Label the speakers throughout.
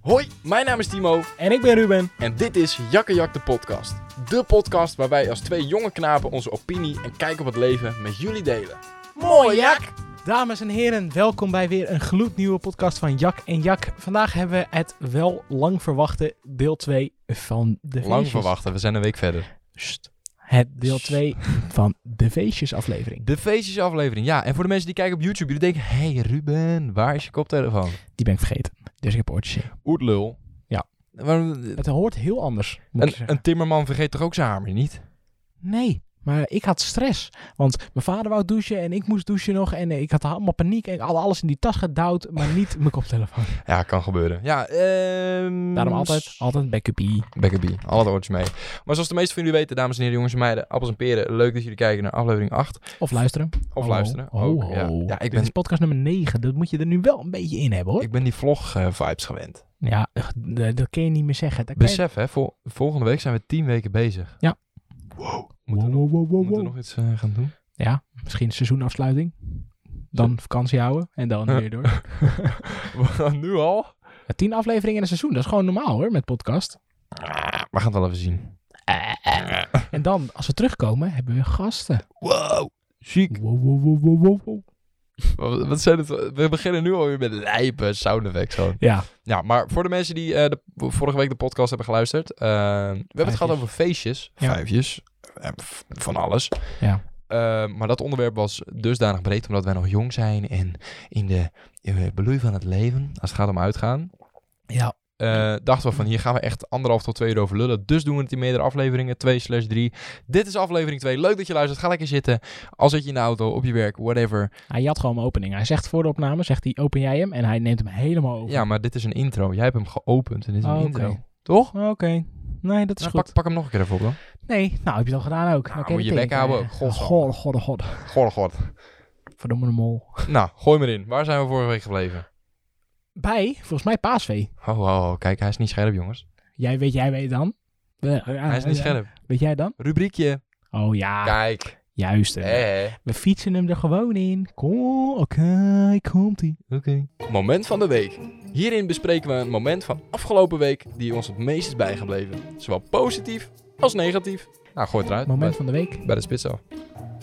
Speaker 1: Hoi, mijn naam is Timo
Speaker 2: En ik ben Ruben.
Speaker 1: en dit is Jakkejak de podcast. De podcast waar wij als twee jonge knapen onze opinie en kijk op het leven met jullie delen. Mooi jak!
Speaker 2: Dames en heren, welkom bij weer een gloednieuwe podcast van Jak en Jak. Vandaag hebben we het wel lang verwachte deel 2 van de feestjes.
Speaker 3: Lang verwachten, we zijn een week verder.
Speaker 2: Sst. Het deel
Speaker 3: Sst.
Speaker 2: 2 van de feestjes aflevering.
Speaker 3: De feestjesaflevering, ja. En voor de mensen die kijken op YouTube, jullie denken... Hé hey Ruben, waar is je koptelefoon?
Speaker 2: Die ben ik vergeten. Dus ik heb oortjes in.
Speaker 3: Oetlul.
Speaker 2: Ja.
Speaker 3: Waarom-
Speaker 2: Het hoort heel anders, moet ik
Speaker 3: een,
Speaker 2: zeggen.
Speaker 3: een timmerman vergeet toch ook zijn hamer niet?
Speaker 2: Nee, maar ik had stress. Want mijn vader wou douchen en ik moest douchen nog. En eh, ik had allemaal paniek. En ik had alles in die tas gedouwd, maar niet mijn koptelefoon.
Speaker 3: Ja, kan gebeuren. Ja, ehm...
Speaker 2: Daarom altijd, altijd een backupie.
Speaker 3: Bekkerbie, alle oortjes mee. Maar zoals de meesten van jullie weten, dames en heren, jongens en meiden, appels en peren. Leuk dat jullie kijken naar aflevering 8. Of
Speaker 2: Of luisteren. Hallo.
Speaker 3: luisteren.
Speaker 2: Oh,
Speaker 3: ook, ja.
Speaker 2: oh.
Speaker 3: ja, ik
Speaker 2: Dit
Speaker 3: ben,
Speaker 2: is podcast nummer 9. Dat moet je er nu wel een beetje in hebben hoor.
Speaker 3: ik ben die vlog-vibes gewend.
Speaker 2: Ja, ugh, d- dat kun je niet meer zeggen. Dat kan je-
Speaker 3: Besef, hè, vol- volgende week zijn we 10 weken bezig.
Speaker 2: Ja.
Speaker 3: Wow.
Speaker 2: Wow,
Speaker 3: Moeten we,
Speaker 2: wow,
Speaker 3: nog-
Speaker 2: wow, wow,
Speaker 3: moeten we
Speaker 2: wow.
Speaker 3: nog iets eh, gaan doen?
Speaker 2: Ja, misschien seizoenafsluiting. Dan vakantie houden en dan
Speaker 3: Huh.
Speaker 2: weer door.
Speaker 3: We gaan nu al.
Speaker 2: Ja, Tien afleveringen in een seizoen, dat is gewoon normaal hoor, met podcast.
Speaker 3: We gaan het wel even zien.
Speaker 2: En dan, als we terugkomen, hebben we gasten.
Speaker 3: Wow, chic.
Speaker 2: Wow, wow, wow, wow, wow, wow.
Speaker 3: Wat wat zijn het? We beginnen nu alweer met lijpen sound effects gewoon.
Speaker 2: Ja,
Speaker 3: Ja, maar voor de mensen die eh, de, vorige week de podcast hebben geluisterd. eh, we hebben het
Speaker 2: Vijfjes.
Speaker 3: gehad over feestjes.
Speaker 2: Ja.
Speaker 3: Vijfjes. eh, v- Van alles.
Speaker 2: Ja.
Speaker 3: Eh, maar dat onderwerp was dusdanig breed omdat wij nog jong zijn en in de eh, bloei van het leven, als het gaat om uitgaan,
Speaker 2: ja.
Speaker 3: eh, dachten we van hier gaan we echt anderhalf tot twee uur over lullen. Dus doen we het in meerdere afleveringen, twee slash drie. Dit is aflevering twee. Leuk dat je luistert. Ga lekker zitten. Al zit je in de auto, op je werk, whatever.
Speaker 2: Hij had gewoon mijn opening. Hij zegt voor de opname, zegt hij, open jij hem? En hij neemt hem helemaal over.
Speaker 3: Ja, maar dit is een intro. Jij hebt hem geopend en dit is een
Speaker 2: Oh, oké.
Speaker 3: intro. Toch?
Speaker 2: Oké, nee, dat is
Speaker 3: Nou,
Speaker 2: goed.
Speaker 3: pak, pak hem nog een keer even op dan.
Speaker 2: Nee, nou heb je het al gedaan ook.
Speaker 3: Nou,
Speaker 2: Oké,
Speaker 3: moet
Speaker 2: dat
Speaker 3: je
Speaker 2: denk
Speaker 3: bek
Speaker 2: ik,
Speaker 3: houden.
Speaker 2: eh,
Speaker 3: Godsam.
Speaker 2: God, god, god.
Speaker 3: Goh, god.
Speaker 2: Verdomme de mol.
Speaker 3: nou, gooi maar in. Waar zijn we vorige week gebleven?
Speaker 2: Bij, volgens mij, paasvee.
Speaker 3: Oh, oh, oh, kijk, hij is niet scherp, jongens.
Speaker 2: Jij weet, jij weet dan.
Speaker 1: Ah,
Speaker 2: eh,
Speaker 3: Hij is niet scherp.
Speaker 2: Weet jij dan?
Speaker 3: Rubriekje.
Speaker 2: Oh ja,
Speaker 3: Kijk.
Speaker 2: juist. hè.
Speaker 3: Eh.
Speaker 2: We fietsen hem er gewoon in. Kom, oké, komt ie.
Speaker 3: Oké.
Speaker 1: Moment van de week. Hierin bespreken we een moment van afgelopen week die ons het meest is bijgebleven. Zowel positief als negatief.
Speaker 3: Nou, gooi het eruit.
Speaker 2: Moment van de week.
Speaker 3: Bij, bij de spits af.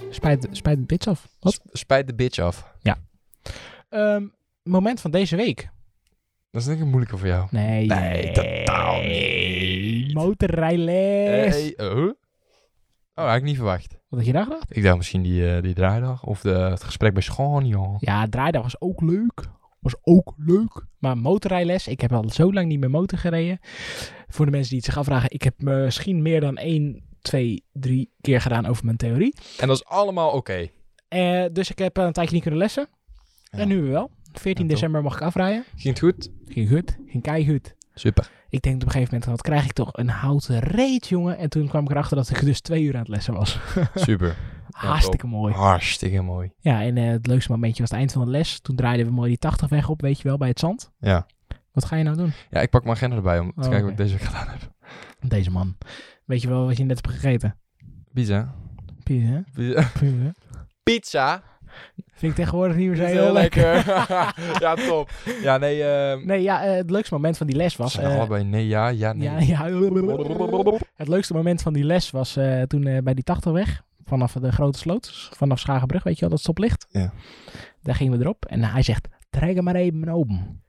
Speaker 2: Spijt, spijt de bits af. Wat?
Speaker 3: Sp- Spijt de bitch af.
Speaker 2: Ehm, moment van deze week.
Speaker 3: Dat is denk ik moeilijker voor jou.
Speaker 2: Nee.
Speaker 3: Nee, totaal niet.
Speaker 2: Motorrijles.
Speaker 3: Hey, eh, huh? Oh, had ik niet verwacht.
Speaker 2: Wat had je daar gedacht?
Speaker 3: Ik dacht misschien die, eh, die draaidag of de, het gesprek bij schoon, joh.
Speaker 2: Ja, draaidag was ook leuk. Was ook leuk. Maar motorrijles, ik heb al zo lang niet meer motor gereden. Voor de mensen die het zich afvragen, ik heb misschien meer dan één, twee, drie keer gedaan over mijn theorie.
Speaker 3: En dat is allemaal oké.
Speaker 2: Eh, dus ik heb eh, een tijdje niet kunnen lessen.
Speaker 3: Ja.
Speaker 2: En nu weer wel. 14
Speaker 3: Ja,
Speaker 2: december mag ik afrijden.
Speaker 3: Ging het goed?
Speaker 2: Ging goed, ging keihut.
Speaker 3: Super.
Speaker 2: Ik denk op een gegeven moment, wat krijg ik toch? Een houten reet, jongen. En toen kwam ik erachter dat ik dus twee uur aan het lessen was.
Speaker 3: Super.
Speaker 2: Hartstikke mooi.
Speaker 3: Hartstikke mooi.
Speaker 2: Ja, en eh, het leukste momentje was het eind van de les. Toen draaiden we mooi die 80 weg op, weet je wel, bij het zand.
Speaker 3: Ja.
Speaker 2: Wat ga je nou doen?
Speaker 3: Ja, ik pak mijn agenda erbij om te
Speaker 2: Oh,
Speaker 3: kijken wat
Speaker 2: oké.
Speaker 3: ik deze week gedaan heb.
Speaker 2: Deze man. Weet je wel wat je net hebt gegeten?
Speaker 3: Pizza.
Speaker 2: Pizza, hè?
Speaker 3: Pizza.
Speaker 2: Pizza, hè?
Speaker 3: Pizza.
Speaker 2: Vind ik tegenwoordig niet meer
Speaker 3: Is
Speaker 2: zo heel lekker.
Speaker 3: ja, top. Ja, nee. ehm
Speaker 2: Nee, ja, eh, het leukste moment van die les was...
Speaker 3: zijn
Speaker 2: eh,
Speaker 3: allebei nee, ja, ja, nee.
Speaker 2: ja, ja. Het leukste moment van die les was eh, toen eh, bij die 80-weg. Vanaf de grote sloot. Vanaf Schagenbrug, weet je wel, dat stoplicht.
Speaker 3: Ja.
Speaker 2: Daar gingen we erop. En hij zegt, trek hem maar even open.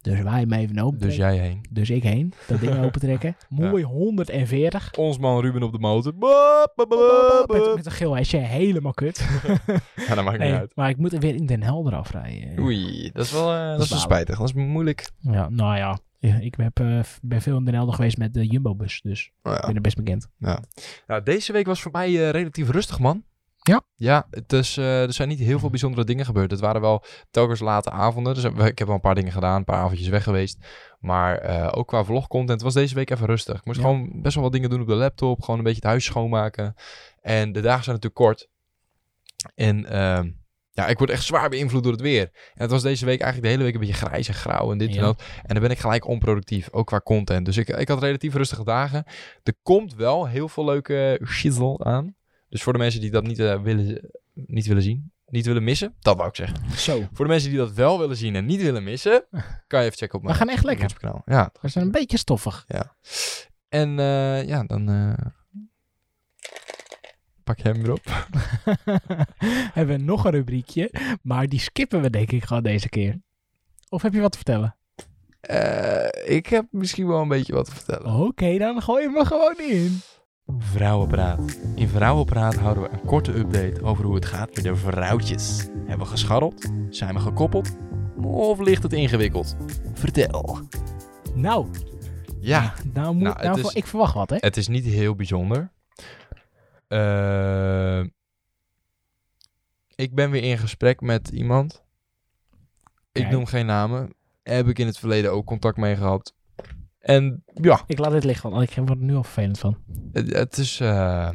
Speaker 2: Dus wij hem even open.
Speaker 3: Dus jij heen.
Speaker 2: dus ik heen. Dat ding open trekken. Mooi 140.
Speaker 3: Ons man Ruben op de motor. Bop, bop, bop,
Speaker 2: Met,
Speaker 3: bop.
Speaker 2: met een geel hesje. Helemaal kut.
Speaker 3: Ja, dat maakt niet
Speaker 2: Nee,
Speaker 3: uit.
Speaker 2: maar ik moet er weer in Den Helder afrijden.
Speaker 3: Oei, dat is wel, eh, dat is wel
Speaker 2: balen.
Speaker 3: spijtig. Dat is moeilijk.
Speaker 2: Ja, nou ja. Ja, Ik heb, eh, ben veel in Den Helder geweest met de Jumbo-bus. Dus ik
Speaker 3: Nou ja.
Speaker 2: ben er best bekend.
Speaker 3: Nou, deze week was voor mij eh, relatief rustig, man.
Speaker 2: Ja.
Speaker 3: Ja, het is, eh, er zijn niet heel veel bijzondere dingen gebeurd. Het waren wel telkens late avonden. Dus eh, ik heb wel een paar dingen gedaan, een paar avondjes weg geweest. Maar eh, ook qua vlogcontent was deze week even rustig. Ik moest
Speaker 2: Ja.
Speaker 3: gewoon best wel wat dingen doen op de laptop. Gewoon een beetje het huis schoonmaken. En de dagen zijn natuurlijk kort. En ehm, ja, ik word echt zwaar beïnvloed door het weer. En het was deze week eigenlijk de hele week een beetje grijs en grauw en dit en
Speaker 2: Ja.
Speaker 3: dat. En dan ben ik gelijk onproductief, ook qua content. Dus ik, ik had relatief rustige dagen. Er komt wel heel veel leuke shizzle aan. Dus voor de mensen die dat niet, eh, willen, niet willen zien niet willen missen. Dat wou ik zeggen.
Speaker 2: Zo.
Speaker 3: Voor de mensen die dat wel willen zien en niet willen missen, kan je even checken op
Speaker 2: We
Speaker 3: mijn
Speaker 2: gaan echt lekker.
Speaker 3: YouTube-kanaal. Ja.
Speaker 2: We zijn een beetje stoffig.
Speaker 3: En eh, ja, dan eh, pak je hem erop.
Speaker 2: Hebben we nog een rubriekje. Maar die skippen we denk ik gewoon deze keer. Of heb je wat te vertellen?
Speaker 3: Eh, ik heb misschien wel een beetje wat te vertellen.
Speaker 2: Oké, dan gooi je me gewoon in.
Speaker 3: Vrouwenpraat. In Vrouwenpraat houden we een korte update over hoe het gaat met de vrouwtjes. Hebben we gescharreld? Zijn we gekoppeld? Of ligt het ingewikkeld? Vertel.
Speaker 2: Nou,
Speaker 3: Ja,
Speaker 2: nou, moet,
Speaker 3: Nou,
Speaker 2: nou,
Speaker 3: het is-
Speaker 2: voor- ik verwacht wat hè.
Speaker 3: het is niet heel bijzonder. Eh, ik ben weer in gesprek met iemand. Ik
Speaker 2: Kijk.
Speaker 3: noem geen namen. Heb ik in het verleden ook contact mee gehad. En ja,
Speaker 2: Ik laat dit liggen, want ik word er nu al vervelend van.
Speaker 3: Het, het is. eh,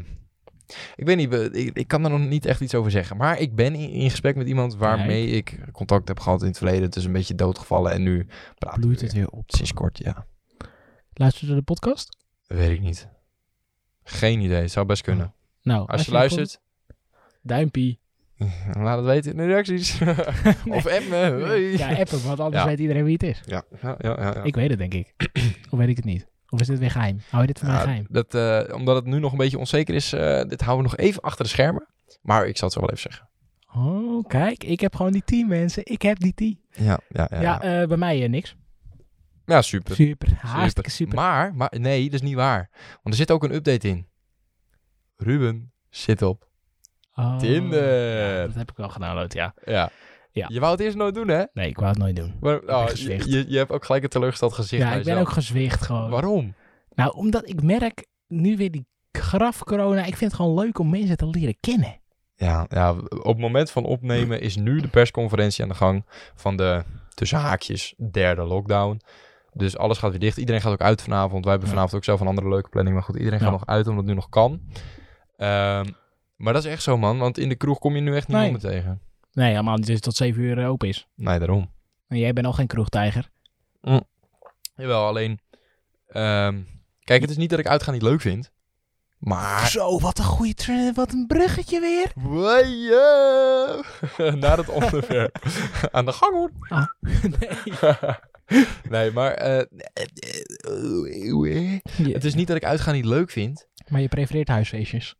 Speaker 3: ik weet niet, we- ik, ik kan er nog niet echt iets over zeggen. Maar ik ben in, in gesprek met iemand waarmee ik contact heb gehad in het verleden. Het is een beetje doodgevallen en nu praten we
Speaker 2: Bloeit het
Speaker 3: weer.
Speaker 2: weer op.
Speaker 3: Sinds kort, ja.
Speaker 2: Luister je de podcast?
Speaker 3: Weet ik niet. Geen idee, het zou best kunnen.
Speaker 2: Nou,
Speaker 3: Als je
Speaker 2: naar de
Speaker 3: luistert,
Speaker 2: podcast- Duimpie.
Speaker 3: laat het weten in de reacties. Of app me. hoi.
Speaker 2: Ja, appen, want anders
Speaker 3: Ja.
Speaker 2: weet iedereen wie het is.
Speaker 3: Ja, ja, ja, ja, ja.
Speaker 2: Ik weet het, denk ik. of weet ik het niet? Of is dit weer geheim? Hou je dit van mij
Speaker 3: Ja,
Speaker 2: geheim?
Speaker 3: dat, eh, omdat het nu nog een beetje onzeker is, eh, dit houden we nog even achter de schermen. Maar ik zal het zo wel even zeggen.
Speaker 2: Oh, kijk, ik heb gewoon die team, mensen. Ik heb die team.
Speaker 3: Ja, ja, ja.
Speaker 2: Ja,
Speaker 3: ja.
Speaker 2: eh, bij mij eh, niks.
Speaker 3: ja super.
Speaker 2: Super, hartstikke super.
Speaker 3: Maar, maar, nee, dat is niet waar. Want er zit ook een update in. Ruben zit op
Speaker 2: Oh,
Speaker 3: Tinder.
Speaker 2: Dat heb ik wel gedownload, ja.
Speaker 3: Ja.
Speaker 2: Ja.
Speaker 3: Je wou het eerst nooit doen, hè?
Speaker 2: Nee, ik wou het nooit doen.
Speaker 3: Maar, oh,
Speaker 2: gezwicht.
Speaker 3: je, je, je hebt ook gelijk een teleurgesteld gezicht.
Speaker 2: ja,
Speaker 3: bij
Speaker 2: ik ben ook
Speaker 3: jezelf.
Speaker 2: gezwicht gewoon.
Speaker 3: Waarom?
Speaker 2: Nou, omdat ik merk nu weer die graf corona. Ik vind het gewoon leuk om mensen te leren kennen.
Speaker 3: Ja, ja, op het moment van opnemen is nu de persconferentie aan de gang van de tussen haakjes derde lockdown. Dus alles gaat weer dicht. Iedereen gaat ook uit vanavond. Wij hebben
Speaker 2: Ja.
Speaker 3: vanavond ook zelf een andere leuke planning. Maar goed, iedereen
Speaker 2: Ja.
Speaker 3: gaat nog uit omdat het nu nog kan. Ehm, maar dat is echt zo, man. Want in de kroeg kom je nu echt niemand
Speaker 2: Nee.
Speaker 3: meer tegen.
Speaker 2: Nee, helemaal niet. Dus het tot 7 uur eh, open is.
Speaker 3: Nee, daarom.
Speaker 2: En jij bent al geen kroegtijger.
Speaker 3: Jawel, alleen... ehm, kijk, het is niet dat ik uitgaan niet leuk vind. Maar...
Speaker 2: Zo, wat een goede trend. Wat een bruggetje weer.
Speaker 3: Naar het onderwerp. Aan de gang, hoor.
Speaker 2: nee.
Speaker 3: nee, maar... eh, het is niet dat ik uitgaan niet leuk vind.
Speaker 2: Maar je prefereert huisfeestjes.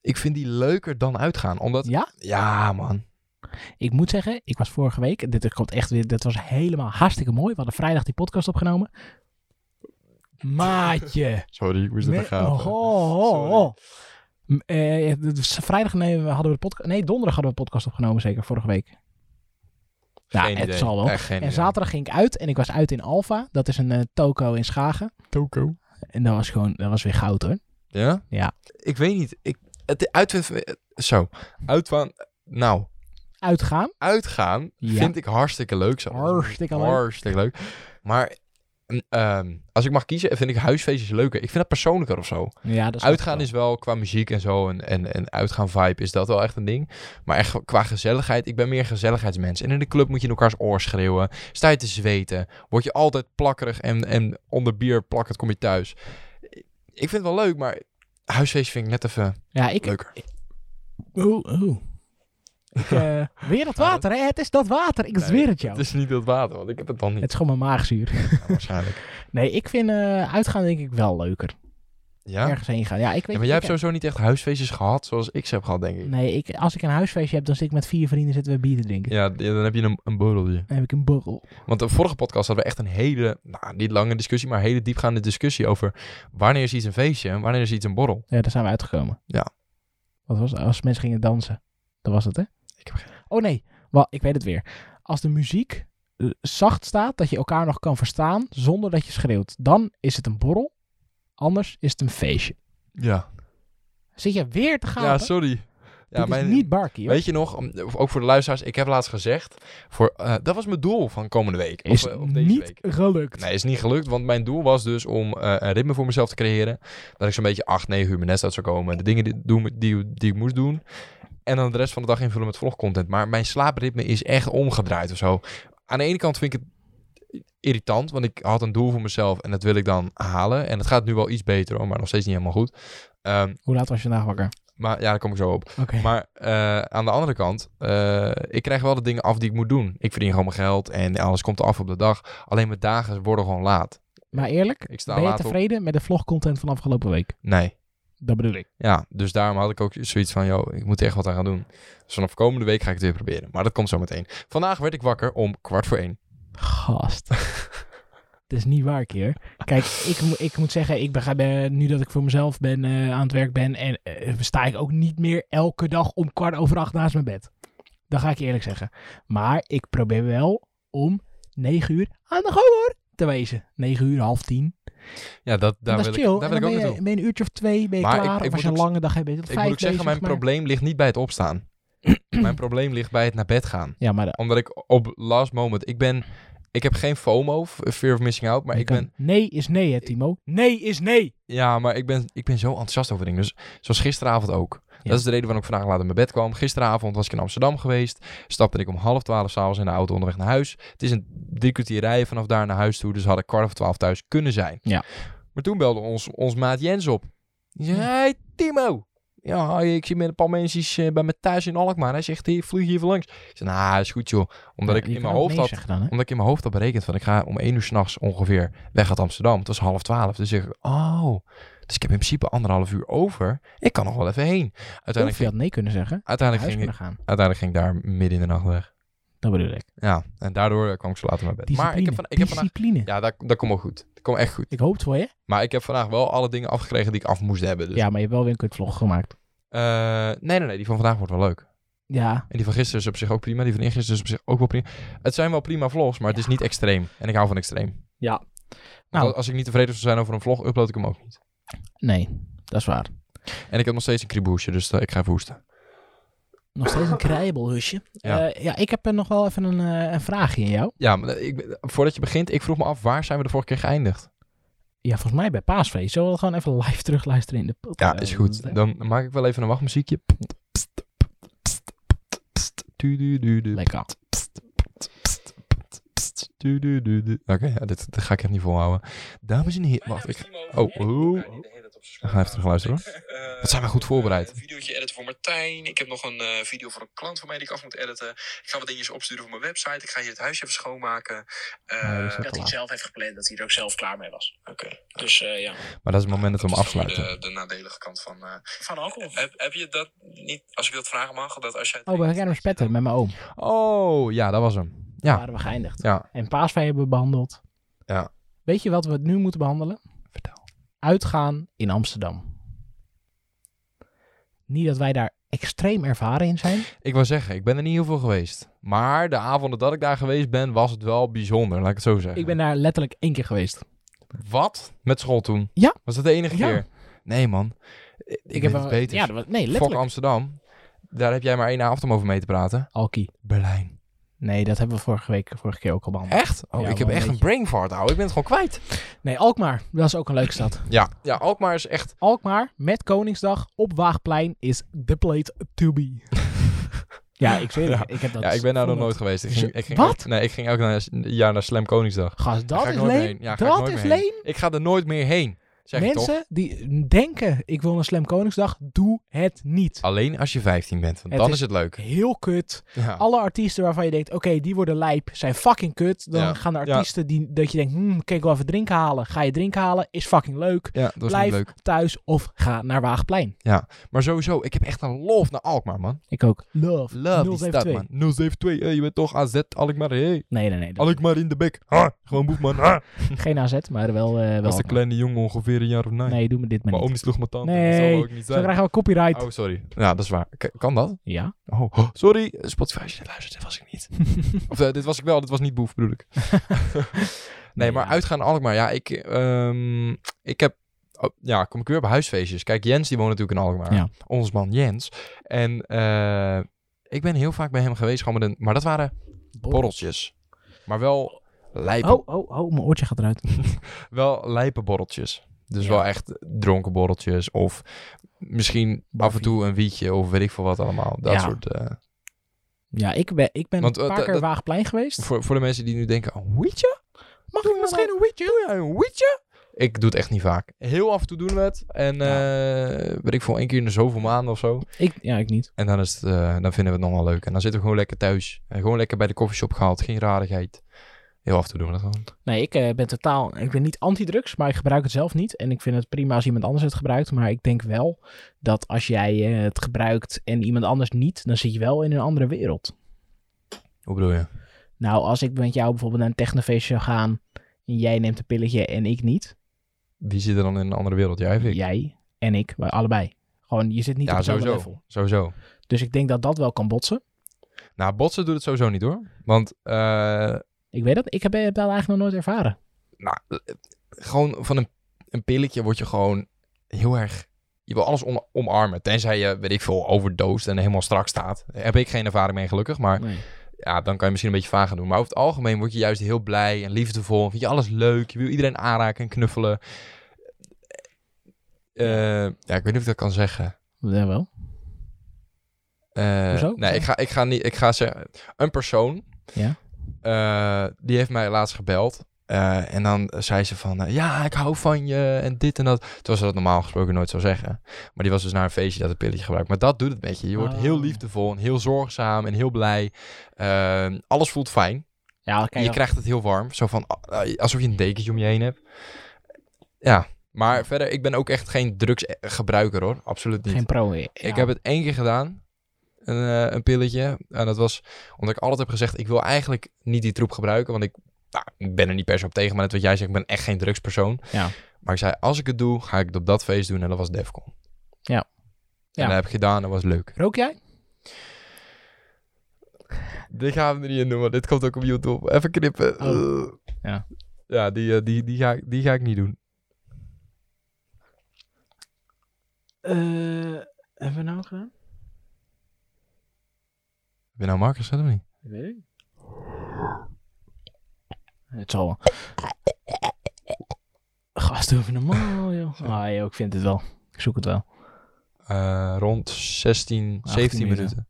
Speaker 3: Ik vind die leuker dan uitgaan. Omdat...
Speaker 2: Ja?
Speaker 3: Ja, man.
Speaker 2: Ik moet zeggen, ik was vorige week. Dit komt echt weer. Dit was helemaal hartstikke mooi. We hadden vrijdag die podcast opgenomen. Maatje.
Speaker 3: Sorry, ik moest
Speaker 2: Nee, oh, oh, oh, oh. M- eh, het is vrijdag nemen we- hadden we de podcast. Nee, donderdag hadden we de podcast opgenomen, zeker vorige week. Nou, het zal wel.
Speaker 3: Echt geen
Speaker 2: En zaterdag ging ik uit en ik was uit in Alfa. Dat is een eh, toko in Schagen.
Speaker 3: Toko.
Speaker 2: En dat was gewoon, dat was weer goud hoor.
Speaker 3: Ja?
Speaker 2: Ja.
Speaker 3: Ik weet niet. Ik, het uitvind... Zo. Uitgaan... Nou...
Speaker 2: Uitgaan.
Speaker 3: uitgaan
Speaker 2: Ja.
Speaker 3: vind ik hartstikke leuk. Zo.
Speaker 2: Hartstikke leuk.
Speaker 3: Hartstikke leuk. Maar mm, ehm, als ik mag kiezen, vind ik huisfeestjes leuker. Ik vind dat persoonlijker of zo.
Speaker 2: Ja, dat is
Speaker 3: uitgaan is wel qua muziek en zo en, en, en uitgaan vibe is dat wel echt een ding. Maar echt qua gezelligheid, ik ben meer een gezelligheidsmens. En in de club moet je in elkaars oor schreeuwen. Sta je te zweten. Word je altijd plakkerig en, en onder bier plakkend kom je thuis. Ik vind het wel leuk, maar huisfeestje vind ik net even
Speaker 2: Ja, ik.
Speaker 3: leuker.
Speaker 2: Oeh, oeh. Ik, eh, weer dat water, hè? Het is dat water. Ik
Speaker 3: Nee,
Speaker 2: zweer het jou.
Speaker 3: Het is niet dat water, want ik heb het dan
Speaker 2: Het
Speaker 3: niet.
Speaker 2: is gewoon mijn maagzuur.
Speaker 3: waarschijnlijk.
Speaker 2: Nee, ik vind eh, uitgaan denk ik wel leuker.
Speaker 3: Ja?
Speaker 2: Ergens heen gaan. Ja, ik
Speaker 3: Ja,
Speaker 2: weet
Speaker 3: maar jij
Speaker 2: ik
Speaker 3: hebt sowieso niet echt huisfeestjes gehad zoals ik ze heb gehad, denk ik.
Speaker 2: heb- Nee, ik, als ik een huisfeestje heb, dan zit ik met vier vrienden zitten we bier te drinken.
Speaker 3: Ja, d- ja, dan heb je een, een borrelje.
Speaker 2: Dan heb ik een borrel.
Speaker 3: Want de vorige podcast hadden we echt een hele, nou niet lange discussie, maar een hele diepgaande discussie over wanneer is iets een feestje en wanneer is iets een borrel.
Speaker 2: Ja, daar zijn we uitgekomen.
Speaker 3: Ja.
Speaker 2: Wat was het? Als mensen gingen dansen. Dat was het, hè?
Speaker 3: Ik heb geen...
Speaker 2: Oh nee, wel, ik weet het weer. Als de muziek eh, zacht staat, dat je elkaar nog kan verstaan zonder dat je schreeuwt, dan is het een borrel. Anders is het een feestje.
Speaker 3: Ja.
Speaker 2: Zit je weer te gaan?
Speaker 3: Ja, sorry. Ja,
Speaker 2: Dit is niet barkie, hoor.
Speaker 3: Weet je nog, om- ook voor de luisteraars, ik heb laatst gezegd, voor, eh, dat was mijn doel van komende week. Of,
Speaker 2: is
Speaker 3: eh, of deze
Speaker 2: niet
Speaker 3: week.
Speaker 2: gelukt.
Speaker 3: Nee, is niet gelukt, want mijn doel was dus om eh, een ritme voor mezelf te creëren. Dat ik zo'n beetje 8, 9 uur mijn nest uit zou komen. De dingen die, doen, die, die ik moest doen. En dan de rest van de dag invullen met vlogcontent. Maar mijn slaapritme is echt omgedraaid of zo. Aan de ene kant vind ik het irritant, want ik had een doel voor mezelf en dat wil ik dan halen. En het gaat nu wel iets beter hoor, maar nog steeds niet helemaal goed. Ehm,
Speaker 2: Hoe laat was je vandaag wakker?
Speaker 3: Maar ja, daar kom ik zo op.
Speaker 2: Oké.
Speaker 3: Maar eh, aan de andere kant, eh, ik krijg wel de dingen af die ik moet doen. Ik verdien gewoon mijn geld en alles komt af op de dag. Alleen mijn dagen worden gewoon laat.
Speaker 2: Maar eerlijk,
Speaker 3: Ik sta
Speaker 2: ben je
Speaker 3: laat op.
Speaker 2: tevreden met de vlogcontent van afgelopen week?
Speaker 3: Nee.
Speaker 2: Dat bedoel ik.
Speaker 3: Ja, dus daarom had ik ook zoiets van, joh, ik moet er echt wat aan gaan doen. Dus vanaf komende week ga ik het weer proberen. Maar dat komt zo meteen. Vandaag werd ik wakker om kwart voor één.
Speaker 2: Gast. Dat is niet waar, keer. Kijk, ik, mo- ik moet zeggen, ik ben, ben- nu dat ik voor mezelf ben, eh, aan het werk ben, en, eh, sta ik ook niet meer elke dag om kwart over acht naast mijn bed. Dat ga ik je eerlijk zeggen. Maar ik probeer wel om negen uur aan de gang hoor, te wezen. Negen uur, half tien.
Speaker 3: Ja, dat, daar
Speaker 2: dat
Speaker 3: wil
Speaker 2: is chill.
Speaker 3: ik, daar wil
Speaker 2: En
Speaker 3: ik ook
Speaker 2: dan ben,
Speaker 3: naartoe.
Speaker 2: je, ben je een uurtje of twee, ben je
Speaker 3: Maar ik-
Speaker 2: klaar.
Speaker 3: ik
Speaker 2: of
Speaker 3: moet
Speaker 2: als je een
Speaker 3: ook-
Speaker 2: lange dag hebt, ben je tot
Speaker 3: Ik
Speaker 2: vijf
Speaker 3: moet ook zeggen,
Speaker 2: bezig,
Speaker 3: mijn
Speaker 2: maar-
Speaker 3: probleem ligt niet bij het opstaan. mijn probleem ligt bij het naar bed gaan.
Speaker 2: Ja, maar de-
Speaker 3: Omdat ik op last moment, ik ben, ik heb geen FOMO, fear of missing out, maar
Speaker 2: je
Speaker 3: ik
Speaker 2: kan-
Speaker 3: ben,
Speaker 2: Nee is nee, hè, Timo. Nee is nee.
Speaker 3: Ja, maar ik ben, ik ben zo enthousiast over dingen. Dus zoals gisteravond ook. Dat is de reden waarom ik vandaag laat in mijn bed kwam. Gisteravond was ik in Amsterdam geweest. Stapte ik om half twaalf s'avonds in de auto onderweg naar huis. Het is een drie kwartier rijden vanaf daar naar huis toe. Dus had ik kwart over twaalf thuis kunnen zijn.
Speaker 2: Ja.
Speaker 3: Maar toen belde ons, ons maat Jens op. Die zei, hey Timo. Ja, hoi, ik zit met een paar mensen eh, bij me thuis in Alkmaar. Hij zegt, hier, vlieg hier even langs. Ik zei, nou, is goed joh. Omdat
Speaker 2: Ja,
Speaker 3: ik
Speaker 2: je
Speaker 3: in
Speaker 2: kan
Speaker 3: mijn
Speaker 2: ook
Speaker 3: hoofd
Speaker 2: nee
Speaker 3: had
Speaker 2: zeggen dan, hè?
Speaker 3: omdat ik in mijn hoofd had berekend van ik ga om één uur s'nachts ongeveer weg uit Amsterdam. Het was half twaalf. Dus ik dacht, oh, dus ik heb in principe anderhalf uur over. Ik kan nog wel even heen. Uiteindelijk,
Speaker 2: Of je
Speaker 3: ging,
Speaker 2: had nee kunnen zeggen. naar
Speaker 3: uiteindelijk,
Speaker 2: huis
Speaker 3: ging,
Speaker 2: kunnen
Speaker 3: ik,
Speaker 2: gaan.
Speaker 3: uiteindelijk ging ik daar midden in de nacht weg.
Speaker 2: Dat bedoel ik.
Speaker 3: Ja, en daardoor eh, kwam ik zo later naar bed.
Speaker 2: Discipline.
Speaker 3: Maar ik heb, van, ik heb vandaag...
Speaker 2: Discipline.
Speaker 3: Ja, dat, dat komt wel goed. Dat komt echt goed.
Speaker 2: Ik hoop het voor je.
Speaker 3: Maar ik heb vandaag wel alle dingen afgekregen die ik af moest hebben. Dus,
Speaker 2: Ja, maar je hebt wel weer een kutvlog gemaakt.
Speaker 3: eh, nee, nee, nee. Die van vandaag wordt wel leuk.
Speaker 2: Ja.
Speaker 3: En die van gisteren is op zich ook prima. Die van eergisteren is op zich ook wel prima. Het zijn wel prima vlogs, maar het is niet extreem. En ik hou van extreem.
Speaker 2: Ja. Nou.
Speaker 3: Nou. Als ik niet tevreden zou zijn over een vlog, upload ik hem ook niet.
Speaker 2: Nee, dat is waar.
Speaker 3: En ik heb nog steeds een krieboesje, dus eh, ik ga even hoesten.
Speaker 2: Nog steeds een krijbelhusje. Ja.
Speaker 3: Ja.
Speaker 2: ja, ik heb eh, nog wel even een, eh, een vraagje aan jou.
Speaker 3: Ja, maar eh, ik, ben- voordat je begint, ik vroeg me af, waar zijn we de vorige keer geëindigd?
Speaker 2: Ja, volgens mij bij Paasfeest. Zullen we dat gewoon even live terugluisteren in de podcast? Eh,
Speaker 3: Ja, is goed. Dan maak ik wel even een wachtmuziekje.
Speaker 2: Lekker.
Speaker 3: Oké, ja, dit, dit ga ik echt niet volhouden. Dames en heren, wacht, ik, Oh, oeh. We gaan even terug luisteren,
Speaker 1: hoor.
Speaker 3: wat zijn we goed voorbereid.
Speaker 1: eh, Een videootje editen voor Martijn. Ik heb nog een eh, video voor een klant van mij die ik af moet editen. Ik ga wat dingetjes opsturen voor mijn website. Ik ga hier het huisje even schoonmaken. Eh,
Speaker 3: Nee, dat is wel-
Speaker 1: Oké.
Speaker 4: dat hij het zelf heeft gepland, dat hij er ook zelf klaar mee was. Dus eh, ja.
Speaker 3: Maar dat is het moment dat we hem
Speaker 1: is dan weer
Speaker 3: afsluiten.
Speaker 1: De, de nadelige kant van. eh,
Speaker 4: Van alcohol.
Speaker 1: heb, heb je dat niet, als ik dat vragen mag, dat als jij.
Speaker 2: Oh, we gaan hem spetten met mijn oom.
Speaker 3: Oh, ja, dat was hem.
Speaker 2: Daar
Speaker 3: Ja,
Speaker 2: waren we geëindigd.
Speaker 3: ja.
Speaker 2: En paasvee hebben we behandeld.
Speaker 3: Ja.
Speaker 2: Weet je wat we nu moeten behandelen?
Speaker 3: Vertel.
Speaker 2: Uitgaan in Amsterdam. Niet dat wij daar extreem ervaren in zijn.
Speaker 3: Ik wil zeggen, ik ben er niet heel veel geweest. Maar de avonden dat ik daar geweest ben, was het wel bijzonder, laat ik het zo zeggen.
Speaker 2: Ik ben daar letterlijk één keer geweest.
Speaker 3: Wat? Met school toen?
Speaker 2: Ja.
Speaker 3: Was dat de enige
Speaker 2: Ja.
Speaker 3: keer? Nee, man. Ik, ik weet
Speaker 2: wel-
Speaker 3: het beter.
Speaker 2: Ja, dat was, nee,
Speaker 3: Fok
Speaker 2: letterlijk.
Speaker 3: Amsterdam. Daar heb jij maar één avond om over mee te praten.
Speaker 2: Alki.
Speaker 3: Berlijn.
Speaker 2: Nee, dat hebben we vorige week, vorige keer ook al behandeld.
Speaker 3: Echt? Oh, ik
Speaker 2: Ja, wel
Speaker 3: heb
Speaker 2: een
Speaker 3: echt een
Speaker 2: beetje.
Speaker 3: brain fart, ouwe. Ik ben het gewoon kwijt.
Speaker 2: Nee, Alkmaar. Dat is ook een leuke stad.
Speaker 3: Ja. Ja, Alkmaar is echt...
Speaker 2: Alkmaar met Koningsdag op Waagplein is the plate to be. ja, ik weet het. Ik heb dat.
Speaker 3: Ja, ik ben daar nog nooit
Speaker 2: vond
Speaker 3: geweest. Ik ging, ik ging
Speaker 2: Wat?
Speaker 3: nee, ik ging elk na- jaar naar Slam Koningsdag.
Speaker 2: dat- Gast, dat
Speaker 3: Daar ga ik
Speaker 2: is
Speaker 3: nooit meer
Speaker 2: leen.
Speaker 3: heen. Ja, ga ik
Speaker 2: dat
Speaker 3: nooit
Speaker 2: is
Speaker 3: meer heen.
Speaker 2: leen.
Speaker 3: Ik ga er nooit meer heen, zeg ik toch?
Speaker 2: Mensen die denken, ik wil een Slam Koningsdag, doe het niet.
Speaker 3: Alleen als je 15 bent, want
Speaker 2: Het
Speaker 3: dan
Speaker 2: is-
Speaker 3: is het leuk.
Speaker 2: Heel kut.
Speaker 3: Ja.
Speaker 2: Alle artiesten waarvan je denkt, oké, die worden lijp, zijn fucking kut. Dan
Speaker 3: Ja.
Speaker 2: gaan de
Speaker 3: Ja.
Speaker 2: artiesten die, dat je denkt, hmm, kan ik wel even drinken halen? Ga je drinken halen? Is fucking leuk.
Speaker 3: Ja, dat is niet
Speaker 2: Blijf
Speaker 3: leuk.
Speaker 2: thuis of ga naar Waagplein.
Speaker 3: Maar sowieso, ik heb echt een love naar Alkmaar, man.
Speaker 2: Ik ook. Love.
Speaker 3: Love is dat,
Speaker 2: 072.
Speaker 3: man. 072, hey, eh, je bent toch AZ, Alkmaar, hey.
Speaker 2: Nee, nee, nee. dat-
Speaker 3: Alkmaar in de bek. Ha, gewoon boef, man. Ha.
Speaker 2: Geen AZ, maar wel... eh, wel
Speaker 3: Was de kleine jongen ongeveer een jaar of nine.
Speaker 2: Nee, doe me dit
Speaker 3: maar
Speaker 2: maar niet.
Speaker 3: oom die sloeg mijn tante.
Speaker 2: Nee,
Speaker 3: Dat zal ook niet
Speaker 2: Zo
Speaker 3: zijn.
Speaker 2: krijgen we copyright.
Speaker 3: Oh, sorry. Ja, dat is waar. K- kan dat?
Speaker 2: Ja.
Speaker 3: Oh, oh, sorry. Spotify, als je dit luistert, dit was ik niet. of eh, dit was ik wel, dit was niet boef, bedoel ik. nee, maar
Speaker 2: ja.
Speaker 3: uitgaan naar Alkmaar. Ja, ik, ehm, ik heb... oh, ja, kom ik weer bij huisfeestjes. Kijk, Jens die woont natuurlijk in Alkmaar.
Speaker 2: Ja.
Speaker 3: Ons man Jens. En eh, ik ben heel vaak bij hem geweest. Gewoon met een, maar dat waren borreltjes. Maar wel lijpe,
Speaker 2: Oh, oh, oh, mijn oortje gaat eruit.
Speaker 3: wel lijpe borreltjes. Dus
Speaker 2: Ja.
Speaker 3: wel echt dronken borreltjes. Of misschien af en
Speaker 2: Baffie.
Speaker 3: toe een wietje of weet ik veel wat allemaal. Dat
Speaker 2: Ja.
Speaker 3: soort... eh,
Speaker 2: Ja, ik ben, ik ben
Speaker 3: Want, eh,
Speaker 2: een paar
Speaker 3: dat-
Speaker 2: keer
Speaker 3: dat-
Speaker 2: Waagplein geweest.
Speaker 3: oh, voor, voor de mensen die nu denken, een wietje?
Speaker 2: Mag
Speaker 3: Doe jij een wietje? Ik doe het echt niet vaak. Heel af en toe doen we het. En eh weet ik veel, één keer in de zoveel maanden of zo.
Speaker 2: Ik, ja, ik niet.
Speaker 3: En dan, is het, eh, dan vinden we het nog wel leuk. En dan zitten we gewoon lekker thuis. En gewoon lekker bij de koffieshop gehaald. Geen rarigheid. Heel af en toe doen we dat gewoon.
Speaker 2: Nee, ik eh, ben totaal... Ik ben niet anti-drugs, maar ik gebruik het zelf niet. En ik vind het prima als iemand anders het gebruikt. Maar ik denk wel dat als jij eh, het gebruikt en iemand anders niet... dan zit je wel in een andere wereld.
Speaker 3: Hoe bedoel je?
Speaker 2: Nou, als ik met jou bijvoorbeeld naar een technofeest zou gaan... en jij neemt een pilletje en ik niet.
Speaker 3: Wie zit er dan in een andere wereld? Jij of ik?
Speaker 2: Jij en ik, wij allebei. Gewoon, je zit niet op
Speaker 3: ja
Speaker 2: hetzelfde
Speaker 3: sowieso.
Speaker 2: level.
Speaker 3: Sowieso.
Speaker 2: Dus ik denk dat dat wel kan botsen.
Speaker 3: Nou, botsen doet het sowieso niet hoor. Want eh,
Speaker 2: Ik weet dat. Ik heb eh, dat eigenlijk nog nooit ervaren.
Speaker 3: nou, eh, gewoon van een, een pilletje word je gewoon heel erg... Je wil alles om- omarmen. Tenzij je, weet ik veel, overdoost en helemaal strak staat. Daar heb ik geen ervaring mee gelukkig. Maar
Speaker 2: Nee.
Speaker 3: ja, dan kan je misschien een beetje vaag gaan doen. Maar over het algemeen word je juist heel blij en liefdevol. Vind je alles leuk. Je wil iedereen aanraken en knuffelen. Eh, ja, ik weet niet of ik dat kan zeggen.
Speaker 2: Ja, wel.
Speaker 3: Eh,
Speaker 2: Hoezo?
Speaker 3: Nee, ik ga, ik ga niet. Ik ga zeggen. Een persoon.
Speaker 2: Ja.
Speaker 3: eh, die heeft mij laatst gebeld. Eh, en dan zei ze van, eh, ja, ik hou van je en dit en dat. Terwijl ze dat normaal gesproken nooit zou zeggen. Maar die was dus naar een feestje dat het pilletje gebruikt. Maar dat doet het met je. Je wordt
Speaker 2: Oh.
Speaker 3: heel liefdevol en heel zorgzaam en heel blij. Eh, alles voelt fijn.
Speaker 2: Ja,
Speaker 3: je krijgt het heel warm. Zo van, ah, ah, alsof je een dekentje om je heen hebt. Ja, maar verder, ik ben ook echt geen drugsgebruiker hoor. Absoluut niet.
Speaker 2: geen pro meer.
Speaker 3: Ik heb het één keer gedaan. Een, eh, een pilletje. En dat was omdat ik altijd heb gezegd... ik wil eigenlijk niet die troep gebruiken. Want ik, nou, ik ben er niet per se op tegen. Maar net wat jij zegt, ik ben echt geen drugspersoon.
Speaker 2: Ja.
Speaker 3: Maar ik zei, als ik het doe, ga ik het op dat feest doen. En dat was Defcon.
Speaker 2: Ja.
Speaker 3: En
Speaker 2: Ja.
Speaker 3: dat heb ik gedaan. Dat was leuk.
Speaker 2: Rook jij?
Speaker 3: Dit gaan we er niet in doen, want dit komt ook op YouTube. Even knippen.
Speaker 2: Oh. Ja.
Speaker 3: Ja, die, eh, die, die, ga, ik- die ga ik niet doen.
Speaker 2: hebben we nou gedaan?
Speaker 3: Heb je nou Marcus gezet of niet?
Speaker 2: weet ik. Het zal wel. Gast, doe even normaal, joh. Ah, joh, ik vind het wel. Ik zoek het wel.
Speaker 3: Eh, rond 16,
Speaker 2: 18
Speaker 3: 17 minuten.
Speaker 2: minuten.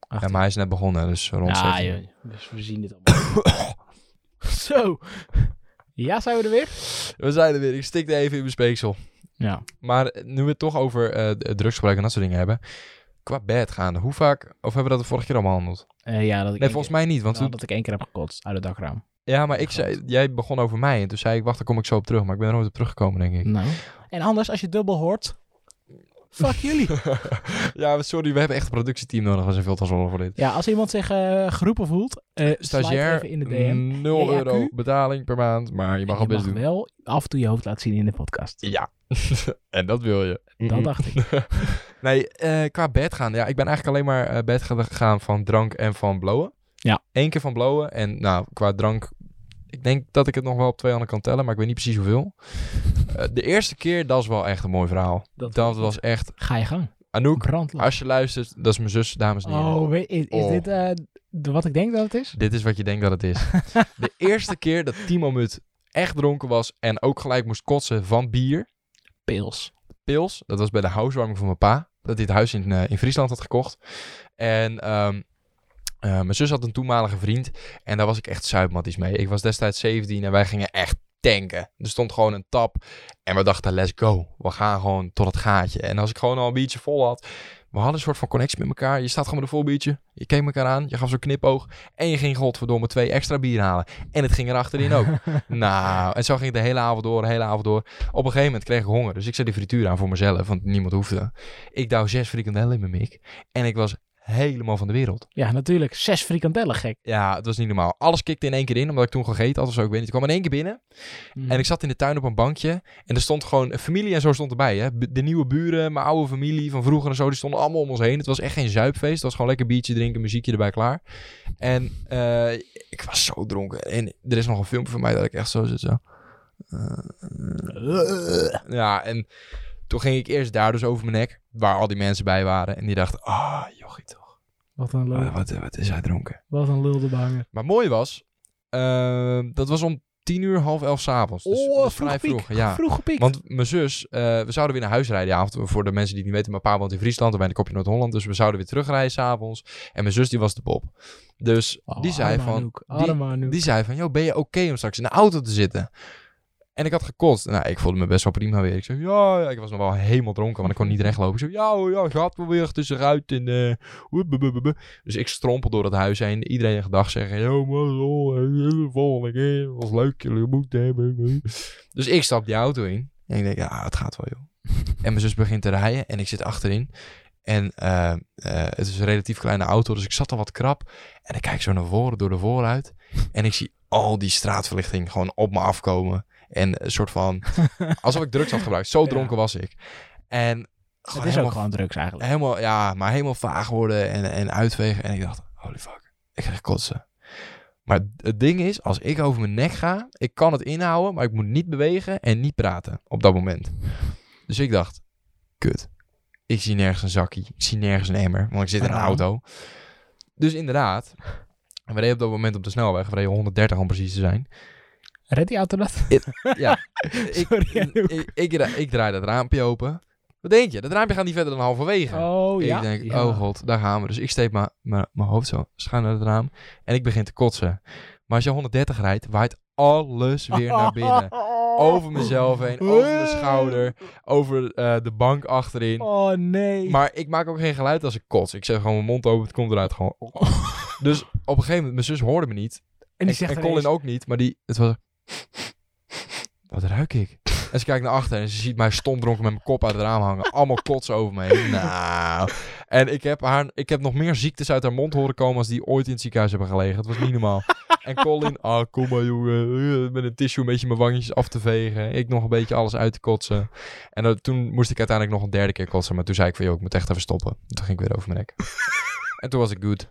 Speaker 3: Ja,
Speaker 2: 18.
Speaker 3: maar hij is net begonnen, dus rond
Speaker 2: Ja,
Speaker 3: 17.
Speaker 2: joh. Dus we zien dit allemaal. Zo. Ja, zijn we er weer?
Speaker 3: We zijn er weer. Ik stikte even in mijn speeksel.
Speaker 2: Ja.
Speaker 3: Maar nu we het toch over eh, d- drugsgebruik en dat soort dingen hebben. Qua bed gaande, hoe vaak, of hebben we dat de vorige keer al behandeld?
Speaker 2: Eh, ja, dat
Speaker 3: Nee,
Speaker 2: ik één
Speaker 3: volgens
Speaker 2: keer-
Speaker 3: mij niet. Want
Speaker 2: nou,
Speaker 3: toen,
Speaker 2: dat ik één keer heb gekotst uit het dakraam.
Speaker 3: ja, maar ik zei, jij begon over mij en toen zei ik, wacht, daar kom ik zo op terug. Maar ik ben er nooit op teruggekomen, denk ik.
Speaker 2: Nou. En anders, als je dubbel hoort... Fuck jullie.
Speaker 3: ja, maar sorry, we hebben echt een productieteam nodig. We zijn veel te zorgen voor dit.
Speaker 2: Ja, als iemand zich eh, geroepen voelt, eh slide
Speaker 3: Stagiair,
Speaker 2: even in de DM.
Speaker 3: 0
Speaker 2: EAQ.
Speaker 3: euro betaling per maand, maar je mag
Speaker 2: En
Speaker 3: het
Speaker 2: je
Speaker 3: best doen.
Speaker 2: mag wel af en toe je hoofd laten zien in de podcast.
Speaker 3: Ja, en dat wil je.
Speaker 2: Dat dacht ik.
Speaker 3: Nee, eh, qua bed gaan. Ja, ik ben eigenlijk alleen maar eh, bed ge- gegaan van drank en van blowen.
Speaker 2: Ja.
Speaker 3: Eén keer van blowen. En nou, qua drank... Ik denk dat ik het nog wel op twee handen kan tellen, maar ik weet niet precies hoeveel. Eh, de eerste keer, dat is wel echt een mooi verhaal.
Speaker 2: Dat-
Speaker 3: Dat, was echt...
Speaker 2: Ga je gang.
Speaker 3: Anouk,
Speaker 2: Brandland.
Speaker 3: als je luistert, dat is mijn zus, dames en heren.
Speaker 2: Oh, weet- is, is
Speaker 3: Oh.
Speaker 2: dit eh, de- wat ik denk dat het is?
Speaker 3: Dit is wat je denkt dat het is. de eerste keer dat Timo Mut echt dronken was en ook gelijk moest kotsen van bier...
Speaker 2: Pils.
Speaker 3: pils. Dat was bij de huiswarming van mijn pa. Dat hij het huis in, eh, in Friesland had gekocht. En ehm, eh, mijn zus had een toenmalige vriend. En daar was ik echt zuipmatties mee. Ik was destijds 17 en wij gingen echt tanken. Er stond gewoon een tap. En we dachten, let's go. We gaan gewoon tot het gaatje. En als ik gewoon al een biertje vol had. We hadden een soort van connectie met elkaar. Je staat gewoon met een vol biertje. Je keek elkaar aan. Je gaf zo'n knipoog. En je ging godverdomme twee extra bier halen. En het ging er achterin ook. nou, en zo ging het de hele avond door, de hele avond door. Op een gegeven moment kreeg ik honger. Dus ik zet die frituur aan voor mezelf, want niemand hoefde. Ik douw zes frikandellen in mijn mik. En ik was helemaal van de wereld.
Speaker 2: Ja, natuurlijk. Zes frikandellen, gek.
Speaker 3: Ja, het was niet normaal. Alles kikte in één keer in, omdat ik toen gegeten had of zo. Ik weet niet. Ik kwam in één keer binnen.
Speaker 2: Mm.
Speaker 3: En ik zat in de tuin op een bankje. En er stond gewoon een familie en zo stond erbij. Hè? B- De nieuwe buren, mijn oude familie van vroeger en zo. Die stonden allemaal om ons heen. Het was echt geen zuipfeest. Het was gewoon lekker biertje drinken, muziekje erbij klaar. En eh, ik was zo dronken. En er is nog een filmpje van mij dat ik echt zo zit. Zo. Ja, en toen ging ik eerst daar dus over mijn nek, waar al die mensen bij waren. En die dachten, ah, jochie toch,
Speaker 2: Wat een lul.
Speaker 3: wat, Eh, wat, wat is hij dronken.
Speaker 2: Wat een lul de banger.
Speaker 3: Maar mooi was, ehm, dat was om tien uur, half elf s'avonds. Dus,
Speaker 2: oh,
Speaker 3: dat is
Speaker 2: vroeg
Speaker 3: vrij
Speaker 2: piek.
Speaker 3: vroeg. Ja.
Speaker 2: Vroeg gepiekt.
Speaker 3: Want mijn zus, eh, we zouden weer naar huis rijden die avond. Voor de mensen die het niet weten, mijn pa woont in Friesland en wij in de kopje Noord-Holland. Dus we zouden weer terugrijden s'avonds. En mijn zus, die was de Bob. Dus
Speaker 2: Oh,
Speaker 3: die zei
Speaker 2: arme
Speaker 3: van,
Speaker 2: Anouk, arme Anouk.
Speaker 3: die zei van, joh, ben je oké om straks in de auto te zitten? En ik had gekotst. Nou, ik voelde me best wel prima weer. Ik zei, ja, ja, ik was nog wel helemaal dronken, want ik kon niet recht lopen. Ik zei, ja, hoor, ja, ik had me weer tussenuit. En, eh, woep, woep, woep, woep, woep. Dus ik strompel door het huis heen. Iedereen een gedag zeggen, yo, man, oh, eh, volgende keer. Was leuk, jullie moeten hebben. Dus ik stap die auto in. En ik denk, ja, het gaat wel, joh. En mijn zus begint te rijden en ik zit achterin. En eh, eh, het is een relatief kleine auto, dus ik zat al wat krap. En ik kijk zo naar voren, door de vooruit. En ik zie al die straatverlichting gewoon op me afkomen. En een soort van, alsof ik drugs had gebruikt. Zo
Speaker 2: Ja.
Speaker 3: dronken was ik. En
Speaker 2: Het
Speaker 3: gewoon
Speaker 2: is ook
Speaker 3: helemaal,
Speaker 2: gewoon drugs eigenlijk.
Speaker 3: helemaal, ja, maar helemaal vaag worden en, en uitwegen. En ik dacht, holy fuck, ik ga kotsen. Maar het ding is, als ik over mijn nek ga, ik kan het inhouden, maar ik moet niet bewegen en niet praten op dat moment. Dus ik dacht, kut. Ik zie nergens een zakkie. Ik zie nergens een emmer, want ik zit in een
Speaker 2: Ah.
Speaker 3: auto. Dus inderdaad, we reden op dat moment op de snelweg. We reden 130 om precies te zijn.
Speaker 2: Red die auto dat?
Speaker 3: Ja, ik,
Speaker 2: Sorry, Anouk.
Speaker 3: ik, ik, dra- ik draai dat raampje open. Wat denk je? Dat raampje gaat niet verder dan halverwege.
Speaker 2: Oh ja.
Speaker 3: Ik denk,
Speaker 2: Ja.
Speaker 3: oh god, daar gaan we. Dus ik steek mijn- mijn mijn hoofd zo schuin naar het raam en ik begin te kotsen. Maar als je 130 rijdt, waait alles weer
Speaker 2: Oh.
Speaker 3: naar binnen. Over mezelf heen, over mijn schouder, over eh, de bank achterin.
Speaker 2: Oh nee.
Speaker 3: Maar ik maak ook geen geluid als ik kots. Ik zet gewoon mijn mond open, het komt eruit gewoon. Dus op een gegeven moment, mijn zus hoorde me niet.
Speaker 2: en die
Speaker 3: en,
Speaker 2: zegt
Speaker 3: en
Speaker 2: ineens,
Speaker 3: Colin ook niet, maar die, het was... Wat ruik ik? En ze kijkt naar achter en ze ziet mij stomdronken met mijn kop uit het raam hangen. Allemaal kots over me heen. Nou. En ik heb, haar, ik heb nog meer ziektes uit haar mond horen komen als die ooit in het ziekenhuis hebben gelegen. Het was niet normaal. En Colin, ah kom maar jongen. Met een tissue een beetje mijn wangetjes af te vegen. Ik nog een beetje alles uit te kotsen. En dat- toen moest ik uiteindelijk nog een derde keer kotsen. Maar toen zei ik van, joh, ik moet echt even stoppen. Toen ging ik weer over mijn nek. En toen was ik goed.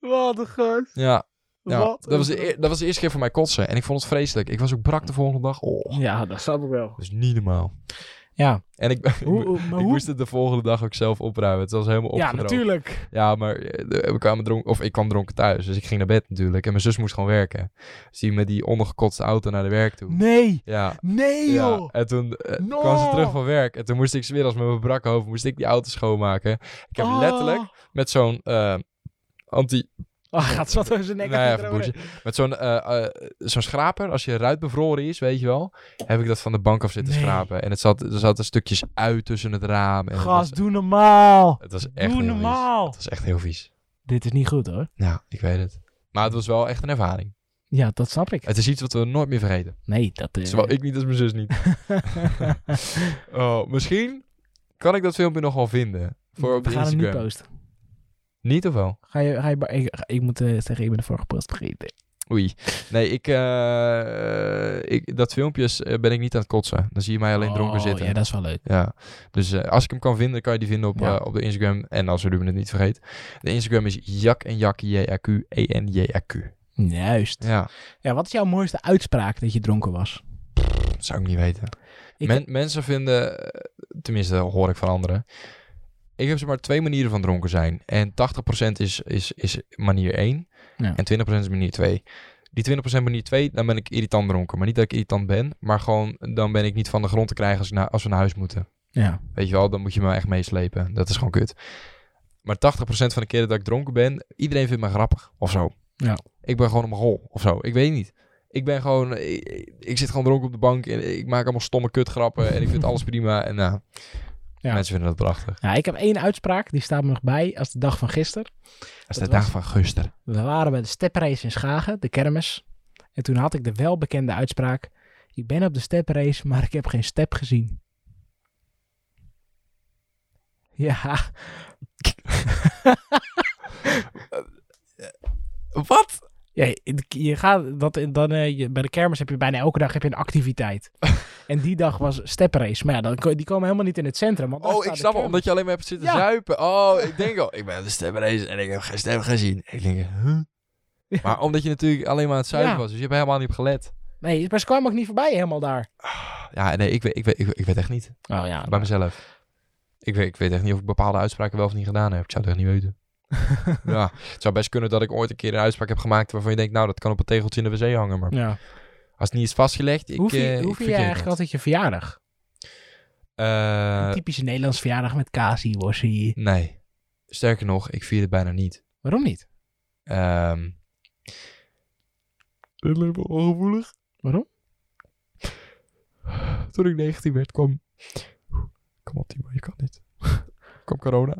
Speaker 2: Wat een gast.
Speaker 3: Ja, ja,
Speaker 2: Wat
Speaker 3: dat, was
Speaker 2: een
Speaker 3: de, eer- dat was de eerste keer voor mij kotsen. En ik vond het vreselijk. Ik was ook brak de volgende dag. Oh,
Speaker 2: gast. Ja, dat snap ik wel.
Speaker 3: dat is niet normaal.
Speaker 2: Ja.
Speaker 3: En ik, ik,
Speaker 2: Hoe, hoe- maar
Speaker 3: ik
Speaker 2: hoe-
Speaker 3: moest het de volgende dag ook zelf opruimen. Het was helemaal
Speaker 2: ja,
Speaker 3: opgedroogd.
Speaker 2: natuurlijk.
Speaker 3: Ja, maar eh, de- we kwamen dronken, of ik kwam dronken thuis. Dus ik ging naar bed natuurlijk. En mijn zus moest gewoon werken. Dus die met die ondergekotste auto naar de werk toe.
Speaker 2: Nee.
Speaker 3: Ja.
Speaker 2: Nee
Speaker 3: Ja,
Speaker 2: joh.
Speaker 3: en toen eh,
Speaker 2: No.
Speaker 3: kwam ze terug van werk. En toen moest ik 's middags met mijn brakke hoofd moest ik die auto schoonmaken. Ik heb
Speaker 2: Oh.
Speaker 3: letterlijk met zo'n eh, anti,
Speaker 2: Ah, gaat zat door zijn nek.
Speaker 3: Nou ja,
Speaker 2: even
Speaker 3: even
Speaker 2: erover.
Speaker 3: Met zo'n eh, eh, zo'n schraper, als je ruit bevroren is, weet je wel, heb ik dat van de bank af zitten
Speaker 2: Nee.
Speaker 3: schrapen. En het zat, er zaten stukjes uit tussen het raam. En
Speaker 2: Gast,
Speaker 3: het,
Speaker 2: doe normaal.
Speaker 3: was, het was echt
Speaker 2: Doe
Speaker 3: heel vies.
Speaker 2: normaal.
Speaker 3: Het was echt heel vies.
Speaker 2: Dit is niet goed hoor.
Speaker 3: Ja, ik weet het. Maar het was wel echt een ervaring.
Speaker 2: Ja, dat snap ik.
Speaker 3: Het is iets wat we nooit meer vergeten.
Speaker 2: Nee, dat eh, is.
Speaker 3: Zowel ik niet als mijn zus niet. Oh, misschien kan ik dat filmpje nog wel vinden. Voor op
Speaker 2: We gaan hem nu
Speaker 3: Instagram.
Speaker 2: posten.
Speaker 3: niet of wel?
Speaker 2: Ga je, ga je, ba- ik, ik moet eh, zeggen, ik ben de vorige post vergeten.
Speaker 3: Oei. Nee, ik, eh, ik, dat filmpje is, eh, ben ik niet aan het kotsen. Dan zie je mij alleen dronken
Speaker 2: Oh,
Speaker 3: zitten.
Speaker 2: Ja, dat is wel leuk.
Speaker 3: Ja, dus eh, als ik hem kan vinden, kan je die vinden op,
Speaker 2: Ja.
Speaker 3: eh, op de Instagram. En als Ruben het niet vergeet. De Instagram is jak en jak, J-A-Q, E-N-J-A-Q.
Speaker 2: Juist.
Speaker 3: Ja,
Speaker 2: Ja, wat is jouw mooiste uitspraak dat je dronken was?
Speaker 3: dat zou ik niet weten.
Speaker 2: Ik-
Speaker 3: Men- mensen vinden, eh, tenminste hoor ik van anderen. Ik heb zeg maar twee manieren van dronken zijn. En 80% is, is, is manier 1
Speaker 2: Ja.
Speaker 3: en 20% is manier 2. Die 20% manier 2, dan ben ik irritant dronken. Maar niet dat ik irritant ben, maar gewoon dan ben ik niet van de grond te krijgen als, ik na- als we naar huis moeten.
Speaker 2: Ja.
Speaker 3: Weet je wel, dan moet je me echt meeslepen. Dat is gewoon kut. Maar 80% van de keren dat ik dronken ben, iedereen vindt me grappig of zo.
Speaker 2: Ja.
Speaker 3: Ik ben gewoon op mijn hol of zo. Ik weet niet. Ik ben gewoon, ik, ik- ik zit gewoon dronken op de bank en ik maak allemaal stomme kutgrappen en ik vind alles prima. En nou,
Speaker 2: Ja.
Speaker 3: mensen vinden dat prachtig.
Speaker 2: ja. Ik heb één uitspraak, die staat me nog bij, als de dag van gisteren.
Speaker 3: Dat is
Speaker 2: Dat
Speaker 3: de dag
Speaker 2: was-
Speaker 3: van guster.
Speaker 2: We waren bij de steprace in Schagen, de kermis. En toen had ik de welbekende uitspraak. Ik ben op de steprace, maar ik heb geen step gezien. Ja,
Speaker 3: Wat?
Speaker 2: ja je- je gaat, dat, dan, eh, je- bij de kermis heb je bijna elke dag heb je een activiteit. en die dag was steprace. Maar ja, dan, ko- die komen helemaal niet in het centrum. Want dan
Speaker 3: Oh,
Speaker 2: staat
Speaker 3: ik
Speaker 2: de
Speaker 3: snap wel,
Speaker 2: kermis.
Speaker 3: omdat je alleen maar hebt zitten
Speaker 2: Ja.
Speaker 3: zuipen. Oh, ik denk al, ik ben op de stemrace en ik heb geen stem gezien. Ik denk, huh?
Speaker 2: Ja.
Speaker 3: Maar omdat je natuurlijk alleen maar aan het zuipen
Speaker 2: Ja.
Speaker 3: was, dus je hebt helemaal niet op gelet.
Speaker 2: Nee, maar ze kwamen ook niet voorbij helemaal daar.
Speaker 3: Ja, nee, ik weet, ik weet, ik weet, ik weet echt niet.
Speaker 2: Oh ja.
Speaker 3: Bij mezelf. Ik weet, ik weet echt niet of ik bepaalde uitspraken wel of niet gedaan heb. Ik zou het echt niet weten. ja, het zou best kunnen dat ik ooit een keer een uitspraak heb gemaakt waarvan je denkt, nou, dat kan op een tegeltje in de wc hangen. Maar
Speaker 2: Ja.
Speaker 3: als het niet is vastgelegd, ik,
Speaker 2: hoe vind,
Speaker 3: eh,
Speaker 2: je-
Speaker 3: ik
Speaker 2: hoe vind je
Speaker 3: verkeer
Speaker 2: eigenlijk
Speaker 3: dat.
Speaker 2: altijd je verjaardag?
Speaker 3: Eh,
Speaker 2: Een typische Nederlands verjaardag met kaas, worsie.
Speaker 3: nee. Sterker nog, ik vier het bijna niet.
Speaker 2: Waarom niet?
Speaker 3: Ehm. Dat lijkt me ongevoelig.
Speaker 2: Waarom?
Speaker 3: toen ik 19 werd, kwam... Kom op, Timo, je kan dit. kwam corona.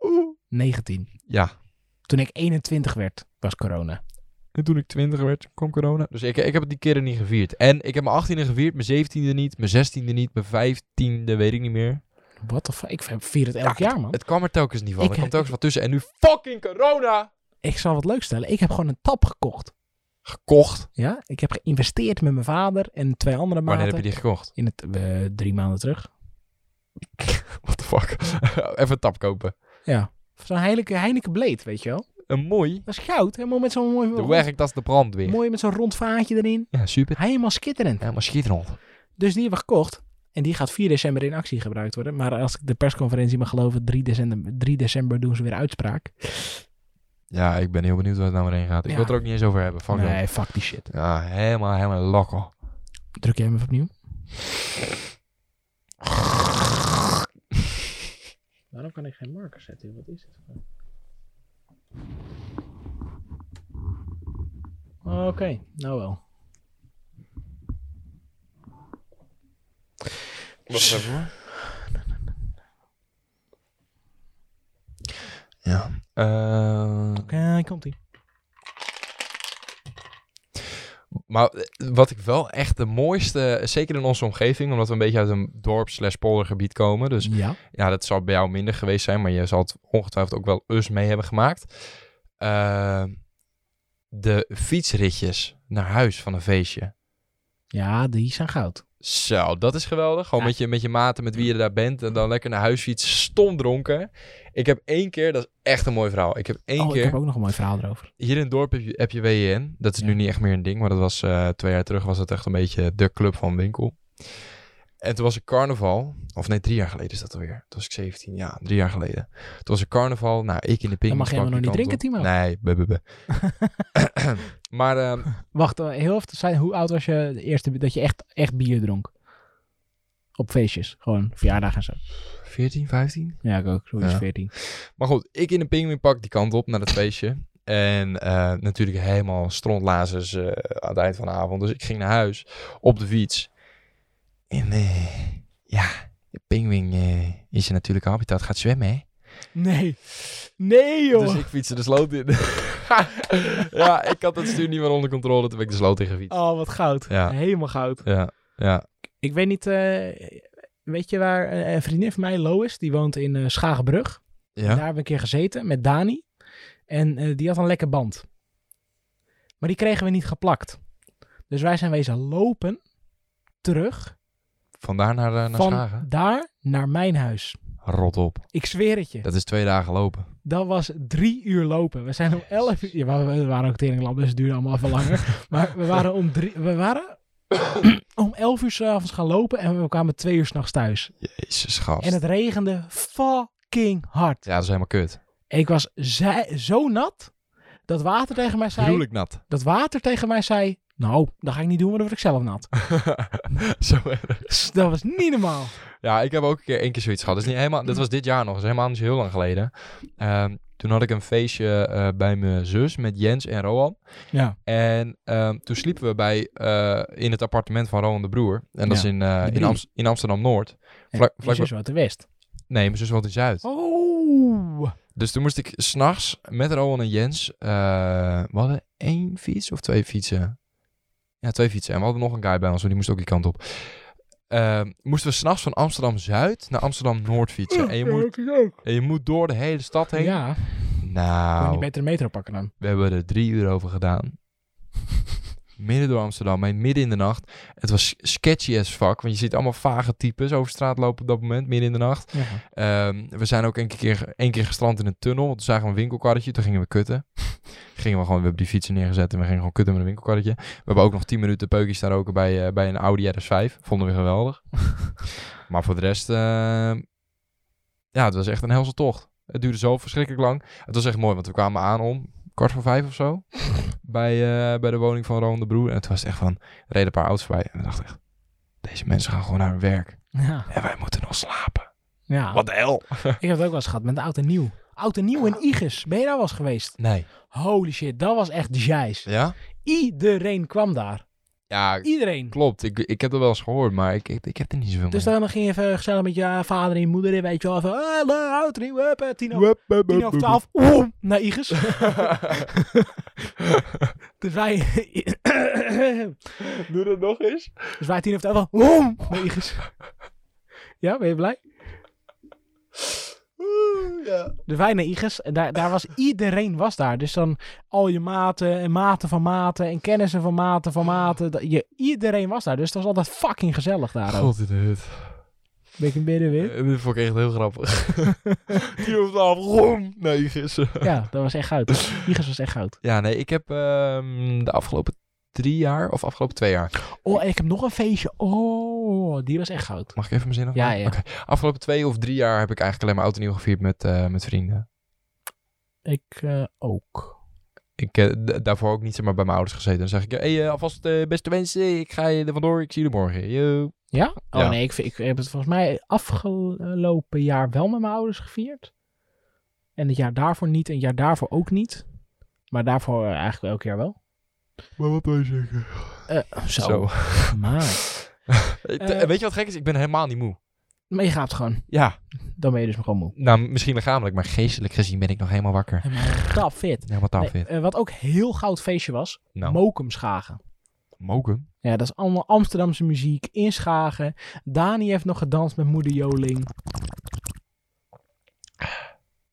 Speaker 3: Oeh.
Speaker 2: 19.
Speaker 3: Ja,
Speaker 2: Toen ik 21 werd, was corona.
Speaker 3: en toen ik 20 werd, kwam corona. Dus ik, ik heb het die keren niet gevierd. En ik heb mijn 18e gevierd, mijn 17e niet, mijn 16e niet, mijn 15e weet ik niet meer.
Speaker 2: Wat de fuck? Ik vier het elk
Speaker 3: Ja,
Speaker 2: jaar, man.
Speaker 3: Het kwam er telkens niet van.
Speaker 2: Ik-
Speaker 3: er kwam telkens wat tussen. En nu fucking corona!
Speaker 2: Ik zal wat leuk stellen. Ik heb gewoon een tap gekocht.
Speaker 3: Gekocht.
Speaker 2: Ja? Ik heb geïnvesteerd met mijn vader en twee andere maten.
Speaker 3: Wanneer heb je die gekocht?
Speaker 2: In het, eh, drie maanden terug.
Speaker 3: What the fuck? Even een tap kopen.
Speaker 2: Ja. Zo'n heilige Heineken Bleed, weet je wel.
Speaker 3: Een mooi.
Speaker 2: Dat is goud. Helemaal met zo'n mooi...
Speaker 3: De werkt als de brandweer.
Speaker 2: Mooi met zo'n rond vaatje erin.
Speaker 3: Ja, super.
Speaker 2: Helemaal schitterend.
Speaker 3: Ja, maar schitterend.
Speaker 2: Dus die hebben we gekocht. En die gaat 4 december in actie gebruikt worden. Maar als ik de persconferentie mag geloven, 3 december, 3 december doen ze weer uitspraak.
Speaker 3: Ja, ik ben heel benieuwd waar het nou weer heen gaat. Ik
Speaker 2: Ja.
Speaker 3: wil het er ook niet eens over hebben. Fuck
Speaker 2: nee,
Speaker 3: dat.
Speaker 2: fuck die shit.
Speaker 3: Ja, helemaal, helemaal lokker.
Speaker 2: Druk jij hem even opnieuw? Waarom kan ik geen marker zetten? Wat is het? Oké, nou wel.
Speaker 1: Wacht even hoor.
Speaker 3: Ja. Eh,
Speaker 2: Oké, komt ie.
Speaker 3: Maar eh, wat ik wel echt de mooiste, zeker in onze omgeving, omdat we een beetje uit een dorp slash poldergebied komen. Dus
Speaker 2: ja.
Speaker 3: ja, dat zal bij jou minder geweest zijn, maar je zal het ongetwijfeld ook wel eens mee hebben gemaakt. Eh, de fietsritjes naar huis van een feestje.
Speaker 2: ja, die zijn goud.
Speaker 3: Zo, dat is geweldig. Gewoon
Speaker 2: Ja.
Speaker 3: met, je, met je maten, met wie je daar bent. En dan lekker naar huis fietsen, stom dronken. Ik heb één keer, dat is echt een mooi verhaal. Ik heb één
Speaker 2: oh,
Speaker 3: keer...
Speaker 2: ik heb ook nog een mooi verhaal erover.
Speaker 3: Hier in het dorp heb je, heb je WN. Dat is nu
Speaker 2: Ja.
Speaker 3: niet echt meer een ding, maar dat was eh, twee jaar terug was het echt een beetje de club van winkel. En toen was er carnaval, of nee, drie jaar geleden is dat alweer. Toen was ik 17, ja, drie jaar geleden. Toen was er carnaval, nou, ik in de pink.
Speaker 2: Dan mag jij maar nog niet drinken, Timo.
Speaker 3: Nee, buh, buh, buh. maar ehm,
Speaker 2: Wacht, eh, heel even, zijn, hoe oud was je de eerste dat je echt, echt bier dronk? Op feestjes, gewoon verjaardag en zo.
Speaker 3: 14, 15?
Speaker 2: Ja, ik ook, zoiets
Speaker 3: Ja.
Speaker 2: 14.
Speaker 3: Maar goed, ik in een pinguïnpak die kant op naar het feestje. En eh, natuurlijk helemaal strontlazers eh, aan het eind van de avond. Dus ik ging naar huis op de fiets. En eh, ja, de pinguïn eh, in zijn natuurlijke habitat gaat zwemmen, hè?
Speaker 2: Nee. Nee, joh.
Speaker 3: Dus ik fietste de sloot in. ja, ik had het stuur niet meer onder controle. Toen ben ik de sloot in gefietst.
Speaker 2: Oh, wat goud.
Speaker 3: Ja.
Speaker 2: Helemaal goud.
Speaker 3: Ja, ja.
Speaker 2: Ik weet niet, eh, weet je waar eh, een vriendin van mij, Lois, die woont in eh Schagenbrug.
Speaker 3: Ja?
Speaker 2: Daar hebben we een keer gezeten met Dani. En eh, die had een lekker band. Maar die kregen we niet geplakt. Dus wij zijn wezen lopen terug
Speaker 3: Vandaar naar, eh, naar
Speaker 2: van
Speaker 3: Schagen.
Speaker 2: daar naar mijn huis.
Speaker 3: Rot op.
Speaker 2: Ik zweer het je.
Speaker 3: Dat is twee dagen lopen.
Speaker 2: Dat was drie uur lopen. We zijn om elf uur... Ja, maar we waren ook teringlam, dus het duurde allemaal even langer. Maar we waren om drie... We waren om elf uur s'avonds gaan lopen en we kwamen twee uur s'nachts thuis.
Speaker 3: Jezus, gast.
Speaker 2: En het regende fucking hard.
Speaker 3: Ja, dat is helemaal kut.
Speaker 2: Ik was zij- zo nat dat water tegen mij zei...
Speaker 3: Gruwelijk nat.
Speaker 2: Dat water tegen mij zei... Nou, dat ga ik niet doen, want dan word ik zelf nat. Dus
Speaker 3: Zo erg.
Speaker 2: Dat was niet normaal.
Speaker 3: Ja, ik heb ook een keer één keer zoiets gehad. Dat, is niet helemaal,
Speaker 2: Hmm.
Speaker 3: dat was dit jaar nog. Dat is helemaal niet zo heel lang geleden. Ehm, toen had ik een feestje eh, bij mijn zus met Jens en Roan.
Speaker 2: Ja,
Speaker 3: En ehm, toen sliepen we bij, eh, in het appartement van Roan de Broer. En dat is
Speaker 2: Ja,
Speaker 3: in, eh,
Speaker 2: de
Speaker 3: in,
Speaker 2: Broer.
Speaker 3: Amst- in Amsterdam-Noord. Vlak-
Speaker 2: en dus
Speaker 3: vlak-
Speaker 2: mijn zus woont in West.
Speaker 3: Nee, mijn zus woont in Zuid.
Speaker 2: Oh,
Speaker 3: Dus toen moest ik s'nachts met Rowan en Jens... eh, we hadden één fiets of twee fietsen? Ja, twee fietsen. En we hadden nog een guy bij ons, maar die moest ook die kant op. Ehm, moesten we s'nachts van Amsterdam-Zuid naar Amsterdam-Noord fietsen.
Speaker 2: Oh,
Speaker 3: En je moet En je moet door de hele stad heen.
Speaker 2: Ja, kun je niet
Speaker 3: Nou,
Speaker 2: beter de metro pakken dan?
Speaker 3: we hebben er drie uur over gedaan. midden door Amsterdam, heen, midden in de nacht. Het was sketchy as fuck, want je ziet allemaal vage types over straat lopen op dat moment, midden in de nacht.
Speaker 2: Ja.
Speaker 3: Ehm, we zijn ook één keer, één keer gestrand in een tunnel, want toen zagen we een winkelkarretje, toen gingen we kutten. gingen we gewoon, we hebben die fietsen neergezet en we gingen gewoon kutten met een winkelkarretje. We hebben ook nog 10 minuten peukjes daar roken bij, eh, bij een Audi RS5, vonden we geweldig. maar voor de rest, ehm, ja, het was echt een helse tocht. Het duurde zo verschrikkelijk lang. Het was echt mooi, want we kwamen aan om kwart voor vijf of zo. bij, eh, bij de woning van Rowan de Broer. En het was echt van, er reden een paar auto's voorbij. En we dachten echt, deze mensen gaan gewoon naar hun werk.
Speaker 2: Ja.
Speaker 3: En wij moeten nog slapen.
Speaker 2: ja.
Speaker 3: Wat de hel?
Speaker 2: Ik heb het ook wel eens gehad met oud en nieuw. Oud en nieuw in Iges. Ben je daar wel eens geweest?
Speaker 3: Nee.
Speaker 2: Holy shit, dat was echt de jijs.
Speaker 3: Ja?
Speaker 2: Iedereen kwam daar.
Speaker 3: Ja,
Speaker 2: Iedereen.
Speaker 3: klopt. Ik, ik heb dat wel eens gehoord, maar ik, ik, ik heb er niet zoveel
Speaker 2: Dus
Speaker 3: mee.
Speaker 2: dan ging je even gezellig met je vader en je moeder in, weet je wel. Van, eh, le- oud, nieuw, hup, eh, tien over- tien over twaalf. oeh, Naar Iges. Dus wij...
Speaker 3: Doe dat nog eens.
Speaker 2: dus wij tien of twaalf. oeh, Naar Iges. Ja, ben je blij?
Speaker 3: ja.
Speaker 2: Dus wij naar Iges. En daar, daar was iedereen was daar. Dus dan al je maten en maten van maten en kennissen van maten van maten. Dat- Je, iedereen was daar. Dus het was altijd fucking gezellig daar. ook.
Speaker 3: God, dit hut.
Speaker 2: Ben ik in midden weer?
Speaker 3: Eh, Dit vond ik echt heel grappig. Hier op tafel. Rom. Nee, gisteren.
Speaker 2: Ja, dat was echt goud. Iges was echt goud.
Speaker 3: Ja, nee, ik heb ehm, de afgelopen drie jaar of afgelopen twee jaar.
Speaker 2: Oh, en ik heb nog een feestje. Oh, die was echt goud.
Speaker 3: Mag ik even mijn zin
Speaker 2: Ja,
Speaker 3: afmaken?
Speaker 2: ja.
Speaker 3: Oké. Afgelopen twee of drie jaar heb ik eigenlijk alleen maar oud en nieuw gevierd met, eh, met vrienden.
Speaker 2: Ik eh, ook.
Speaker 3: Ik eh, d- daarvoor ook niet zeg maar bij mijn ouders gezeten. Dan zeg ik, hé, hey, eh, alvast eh, beste wensen. Ik ga je er vandoor. Ik zie jullie morgen. Yo.
Speaker 2: Ja? Oh
Speaker 3: Ja.
Speaker 2: nee, ik, vind- ik heb het volgens mij afgelopen jaar wel met mijn ouders gevierd. En het jaar daarvoor niet en het jaar daarvoor ook niet. Maar daarvoor eh, eigenlijk elk jaar wel.
Speaker 3: Maar wat wil je zeggen?
Speaker 2: Eh, zo.
Speaker 3: Zo.
Speaker 2: Maar. Eh.
Speaker 3: Weet je wat gek is? Ik ben helemaal niet moe.
Speaker 2: maar je gaat gewoon.
Speaker 3: Ja,
Speaker 2: Dan ben je dus gewoon moe.
Speaker 3: nou misschien lichamelijk, maar geestelijk gezien ben ik nog helemaal wakker.
Speaker 2: Helemaal top fit.
Speaker 3: Helemaal
Speaker 2: Nee,
Speaker 3: tafel fit.
Speaker 2: eh, wat ook heel goud feestje was,
Speaker 3: Nou,
Speaker 2: Mokumschagen.
Speaker 3: mogen.
Speaker 2: Ja, dat is allemaal Amsterdamse muziek in Schagen. Dani heeft nog gedanst met moeder Joling.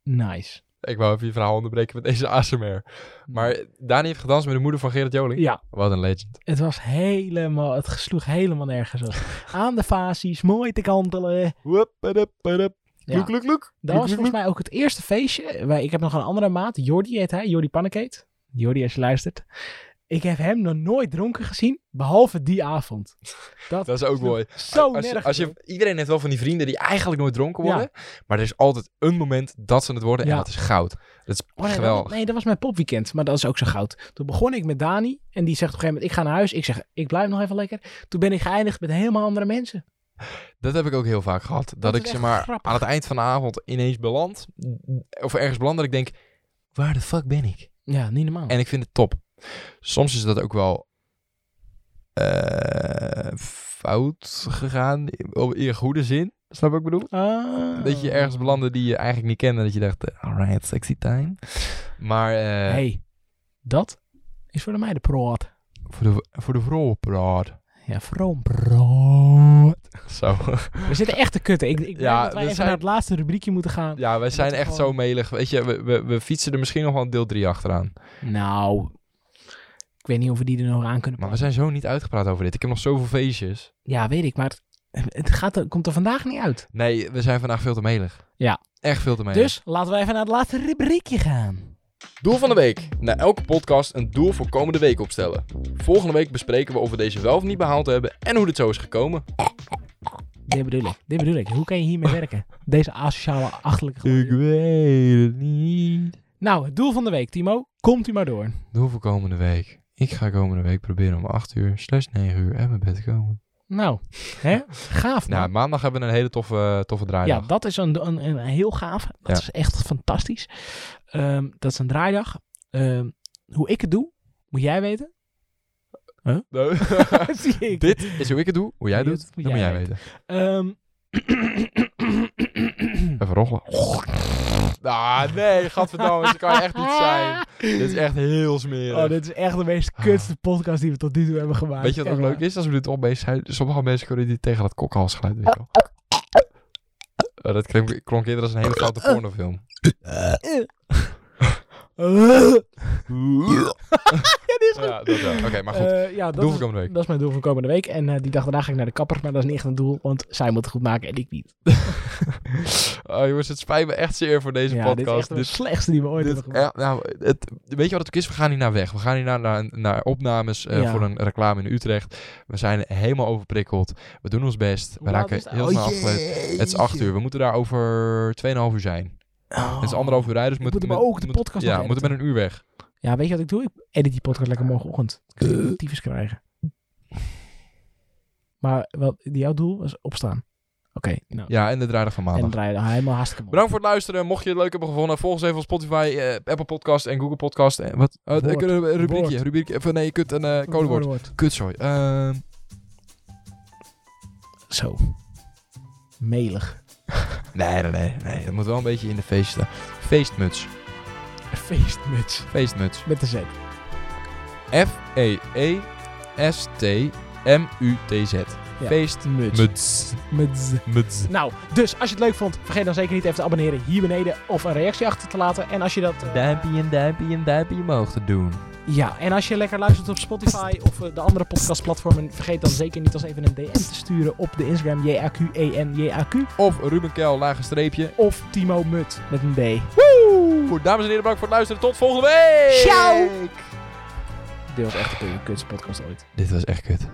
Speaker 2: Nice.
Speaker 3: Ik wou even je verhaal onderbreken met deze ASMR. Maar Dani heeft gedanst met de moeder van Gerrit Joling.
Speaker 2: Ja,
Speaker 3: Wat een legend.
Speaker 2: het was helemaal, het sloeg helemaal nergens op. Aan de facies, mooi te kantelen. Ja.
Speaker 3: Loek, loek, loek.
Speaker 2: Dat was volgens mij ook het eerste feestje. Wij- Ik heb nog een andere maat, Jordi heet hij, Jordi Pannekeet. Jordi, als je luistert. Ik heb hem nog nooit dronken gezien, behalve die avond.
Speaker 3: Dat is ook mooi.
Speaker 2: Zo
Speaker 3: als je,
Speaker 2: Oh, nergens.
Speaker 3: als je,
Speaker 2: op.
Speaker 3: iedereen heeft wel van die vrienden die eigenlijk nooit dronken worden. Maar er is altijd een moment dat ze het worden.
Speaker 2: Ja.
Speaker 3: En dat is goud. Dat is
Speaker 2: Oh, nee, dat,
Speaker 3: geweldig.
Speaker 2: nee, dat was mijn popweekend, maar dat is ook zo goud. Toen begon ik met Dani en die zegt op een gegeven moment, ik ga naar huis. Ik zeg, ik blijf nog even lekker. Toen ben ik geëindigd met helemaal andere mensen.
Speaker 3: Dat heb ik ook heel vaak gehad. Dat,
Speaker 2: Dat is
Speaker 3: ik zeg
Speaker 2: echt
Speaker 3: maar
Speaker 2: grappig.
Speaker 3: aan het eind van de avond ineens beland. mm, Of ergens beland dat ik denk, waar de fuck ben ik?
Speaker 2: Ja, niet normaal.
Speaker 3: En ik vind het top. Soms is dat ook wel eh, fout gegaan. In goede zin. Snap je wat ik bedoel?
Speaker 2: Ah.
Speaker 3: Dat je ergens belandde die je eigenlijk niet kende. Dat je dacht, eh, alright, sexy time. Maar eh,
Speaker 2: hey, dat is voor de meiden proot.
Speaker 3: voor, de, voor de vrouw praat.
Speaker 2: Ja, vroom brood.
Speaker 3: Zo.
Speaker 2: We zitten echt te kutten. Ik, ik denk
Speaker 3: Ja,
Speaker 2: dat wij
Speaker 3: dat
Speaker 2: even
Speaker 3: zijn-
Speaker 2: naar het laatste rubriekje moeten gaan.
Speaker 3: Ja, wij zijn
Speaker 2: is
Speaker 3: echt
Speaker 2: gewoon-
Speaker 3: zo melig. Weet je, we, we, we fietsen er misschien nog wel een deel 3 achteraan.
Speaker 2: Nou, ik weet niet of we die er nog aan kunnen
Speaker 3: Maar we
Speaker 2: pakken.
Speaker 3: zijn zo niet uitgepraat over dit. Ik heb nog zoveel feestjes.
Speaker 2: Ja, weet ik, maar het, het gaat er, komt er vandaag niet uit.
Speaker 3: Nee, we zijn vandaag veel te melig.
Speaker 2: Ja.
Speaker 3: Echt veel te melig.
Speaker 2: Dus laten we even naar het laatste rubriekje gaan.
Speaker 1: Doel van de week. Na elke podcast een doel voor komende week opstellen. Volgende week bespreken we of we deze wel of niet behaald hebben en hoe dit zo is gekomen.
Speaker 2: Dit bedoel ik. Dit bedoel ik. Hoe kan je hiermee werken? Deze asociale achterlijke
Speaker 3: Ik
Speaker 2: geluiden.
Speaker 3: weet het niet.
Speaker 2: Nou, het doel van de week, Timo. Komt u maar door.
Speaker 3: Doe voor komende week. Ik ga komende week proberen om 8 uur slash 9 uur uit mijn bed te komen.
Speaker 2: Nou, hè? Gaaf, man.
Speaker 3: Nou, maandag hebben we een hele toffe, eh, toffe
Speaker 2: ja,
Speaker 3: draaidag.
Speaker 2: dat is een, een, een heel gaaf. Dat
Speaker 3: Ja.
Speaker 2: is echt fantastisch. Ehm, dat is een draaidag. Ehm, hoe ik het doe, moet jij weten. Zie ik.
Speaker 3: dit is hoe ik het doe. Hoe jij
Speaker 2: Nee,
Speaker 3: doet,
Speaker 2: dat
Speaker 3: dat
Speaker 2: moet
Speaker 3: moet
Speaker 2: jij
Speaker 3: jij weten.
Speaker 2: Ehm,
Speaker 3: Even roggelen. Ah, nee, gadverdamme, dat kan je echt niet zijn. Dit is echt heel smerig.
Speaker 2: oh, dit is echt de meest kutste podcast die we tot nu toe hebben gemaakt.
Speaker 3: Ah. Weet je wat
Speaker 2: Echt
Speaker 3: ook
Speaker 2: waar.
Speaker 3: leuk is? Als we dit opbeest zijn, sommige mensen kunnen die tegen dat kokhalsgeluid. weet je wel. Eh, dat klonk, klonk eerder als een hele foute pornofilm.
Speaker 2: ja, dit is goed.
Speaker 3: Ja, dat wel. Oké, maar goed.
Speaker 2: Eh, ja, dat
Speaker 3: Doe
Speaker 2: is-
Speaker 3: voor komende week.
Speaker 2: Dat is mijn doel voor komende week. En eh, die dag daarna ga ik naar de kapper. Maar dat is niet echt een doel, want zij moet het goed maken en ik niet.
Speaker 3: Oh, jongens, het spijt me echt zeer voor deze
Speaker 2: ja, dit is echt
Speaker 3: podcast.
Speaker 2: de
Speaker 3: Dit-
Speaker 2: slechtste die we ooit
Speaker 3: dit-
Speaker 2: hebben gemaakt.
Speaker 3: ja, nou, het, weet je wat het ook is? We gaan hierna weg. We gaan hierna naar, naar opnames eh,
Speaker 2: Ja.
Speaker 3: voor een reclame in Utrecht. We zijn helemaal overprikkeld. We doen ons best.
Speaker 2: Hoe
Speaker 3: we
Speaker 2: laat
Speaker 3: raken
Speaker 2: is het?
Speaker 3: heel
Speaker 2: Oh,
Speaker 3: snel afgeleid. Het is acht uur. We moeten daar over 2,5 uur zijn.
Speaker 2: Oh.
Speaker 3: Het is anderhalf uur rijden. Dus
Speaker 2: Ik
Speaker 3: we moeten
Speaker 2: moet
Speaker 3: met-
Speaker 2: ook de
Speaker 3: moet-
Speaker 2: podcast
Speaker 3: Ja,
Speaker 2: nog
Speaker 3: we moeten met een uur weg.
Speaker 2: Ja, weet je wat ik doe? Ik edit die podcast lekker morgenochtend. Ik kan ik tyfus krijgen. Maar wat, jouw doel is opstaan. nou.
Speaker 3: Ja, en de draaidag van maandag.
Speaker 2: En draai je dan helemaal hartstikke mooi.
Speaker 3: Bedankt voor het luisteren. Mocht je het leuk hebben gevonden, volg ons even op Spotify, eh, Apple Podcast en Google Podcast. En wat? eh,
Speaker 2: Woord.
Speaker 3: ik- eh, rubriekje,
Speaker 2: Woord.
Speaker 3: rubriekje. Of, nee, je kunt een eh, codewoord. Kutzooi. Ehm,
Speaker 2: Zo. Melig.
Speaker 3: nee, nee, nee, nee. Dat moet wel een beetje in de feesten. Feestmuts.
Speaker 2: Feestmuts.
Speaker 3: Feestmuts. E
Speaker 2: Met de zet.
Speaker 3: F-E-E-S-T-M-U-T-Z.
Speaker 2: Muts.
Speaker 3: Feestmuts.
Speaker 2: Muts.
Speaker 3: Muts.
Speaker 2: Nou, dus als je het leuk vond, vergeet dan zeker niet even te abonneren hier beneden of een reactie achter te laten. En als je dat. eh,
Speaker 3: Duimpje en duimpje en duimpje omhoog te doen.
Speaker 2: ja, en als je lekker luistert op Spotify of eh, de andere podcastplatformen, vergeet dan zeker niet als even een DM te sturen op de Instagram E JAQENJAQ
Speaker 3: Of Ruben Kel, lage streepje.
Speaker 2: of Timo Mut met een D.
Speaker 3: Goed, dames en heren, bedankt voor het luisteren. Tot volgende week!
Speaker 2: Ciao! Deel echt een kuts podcast ooit.
Speaker 3: Dit was echt kut.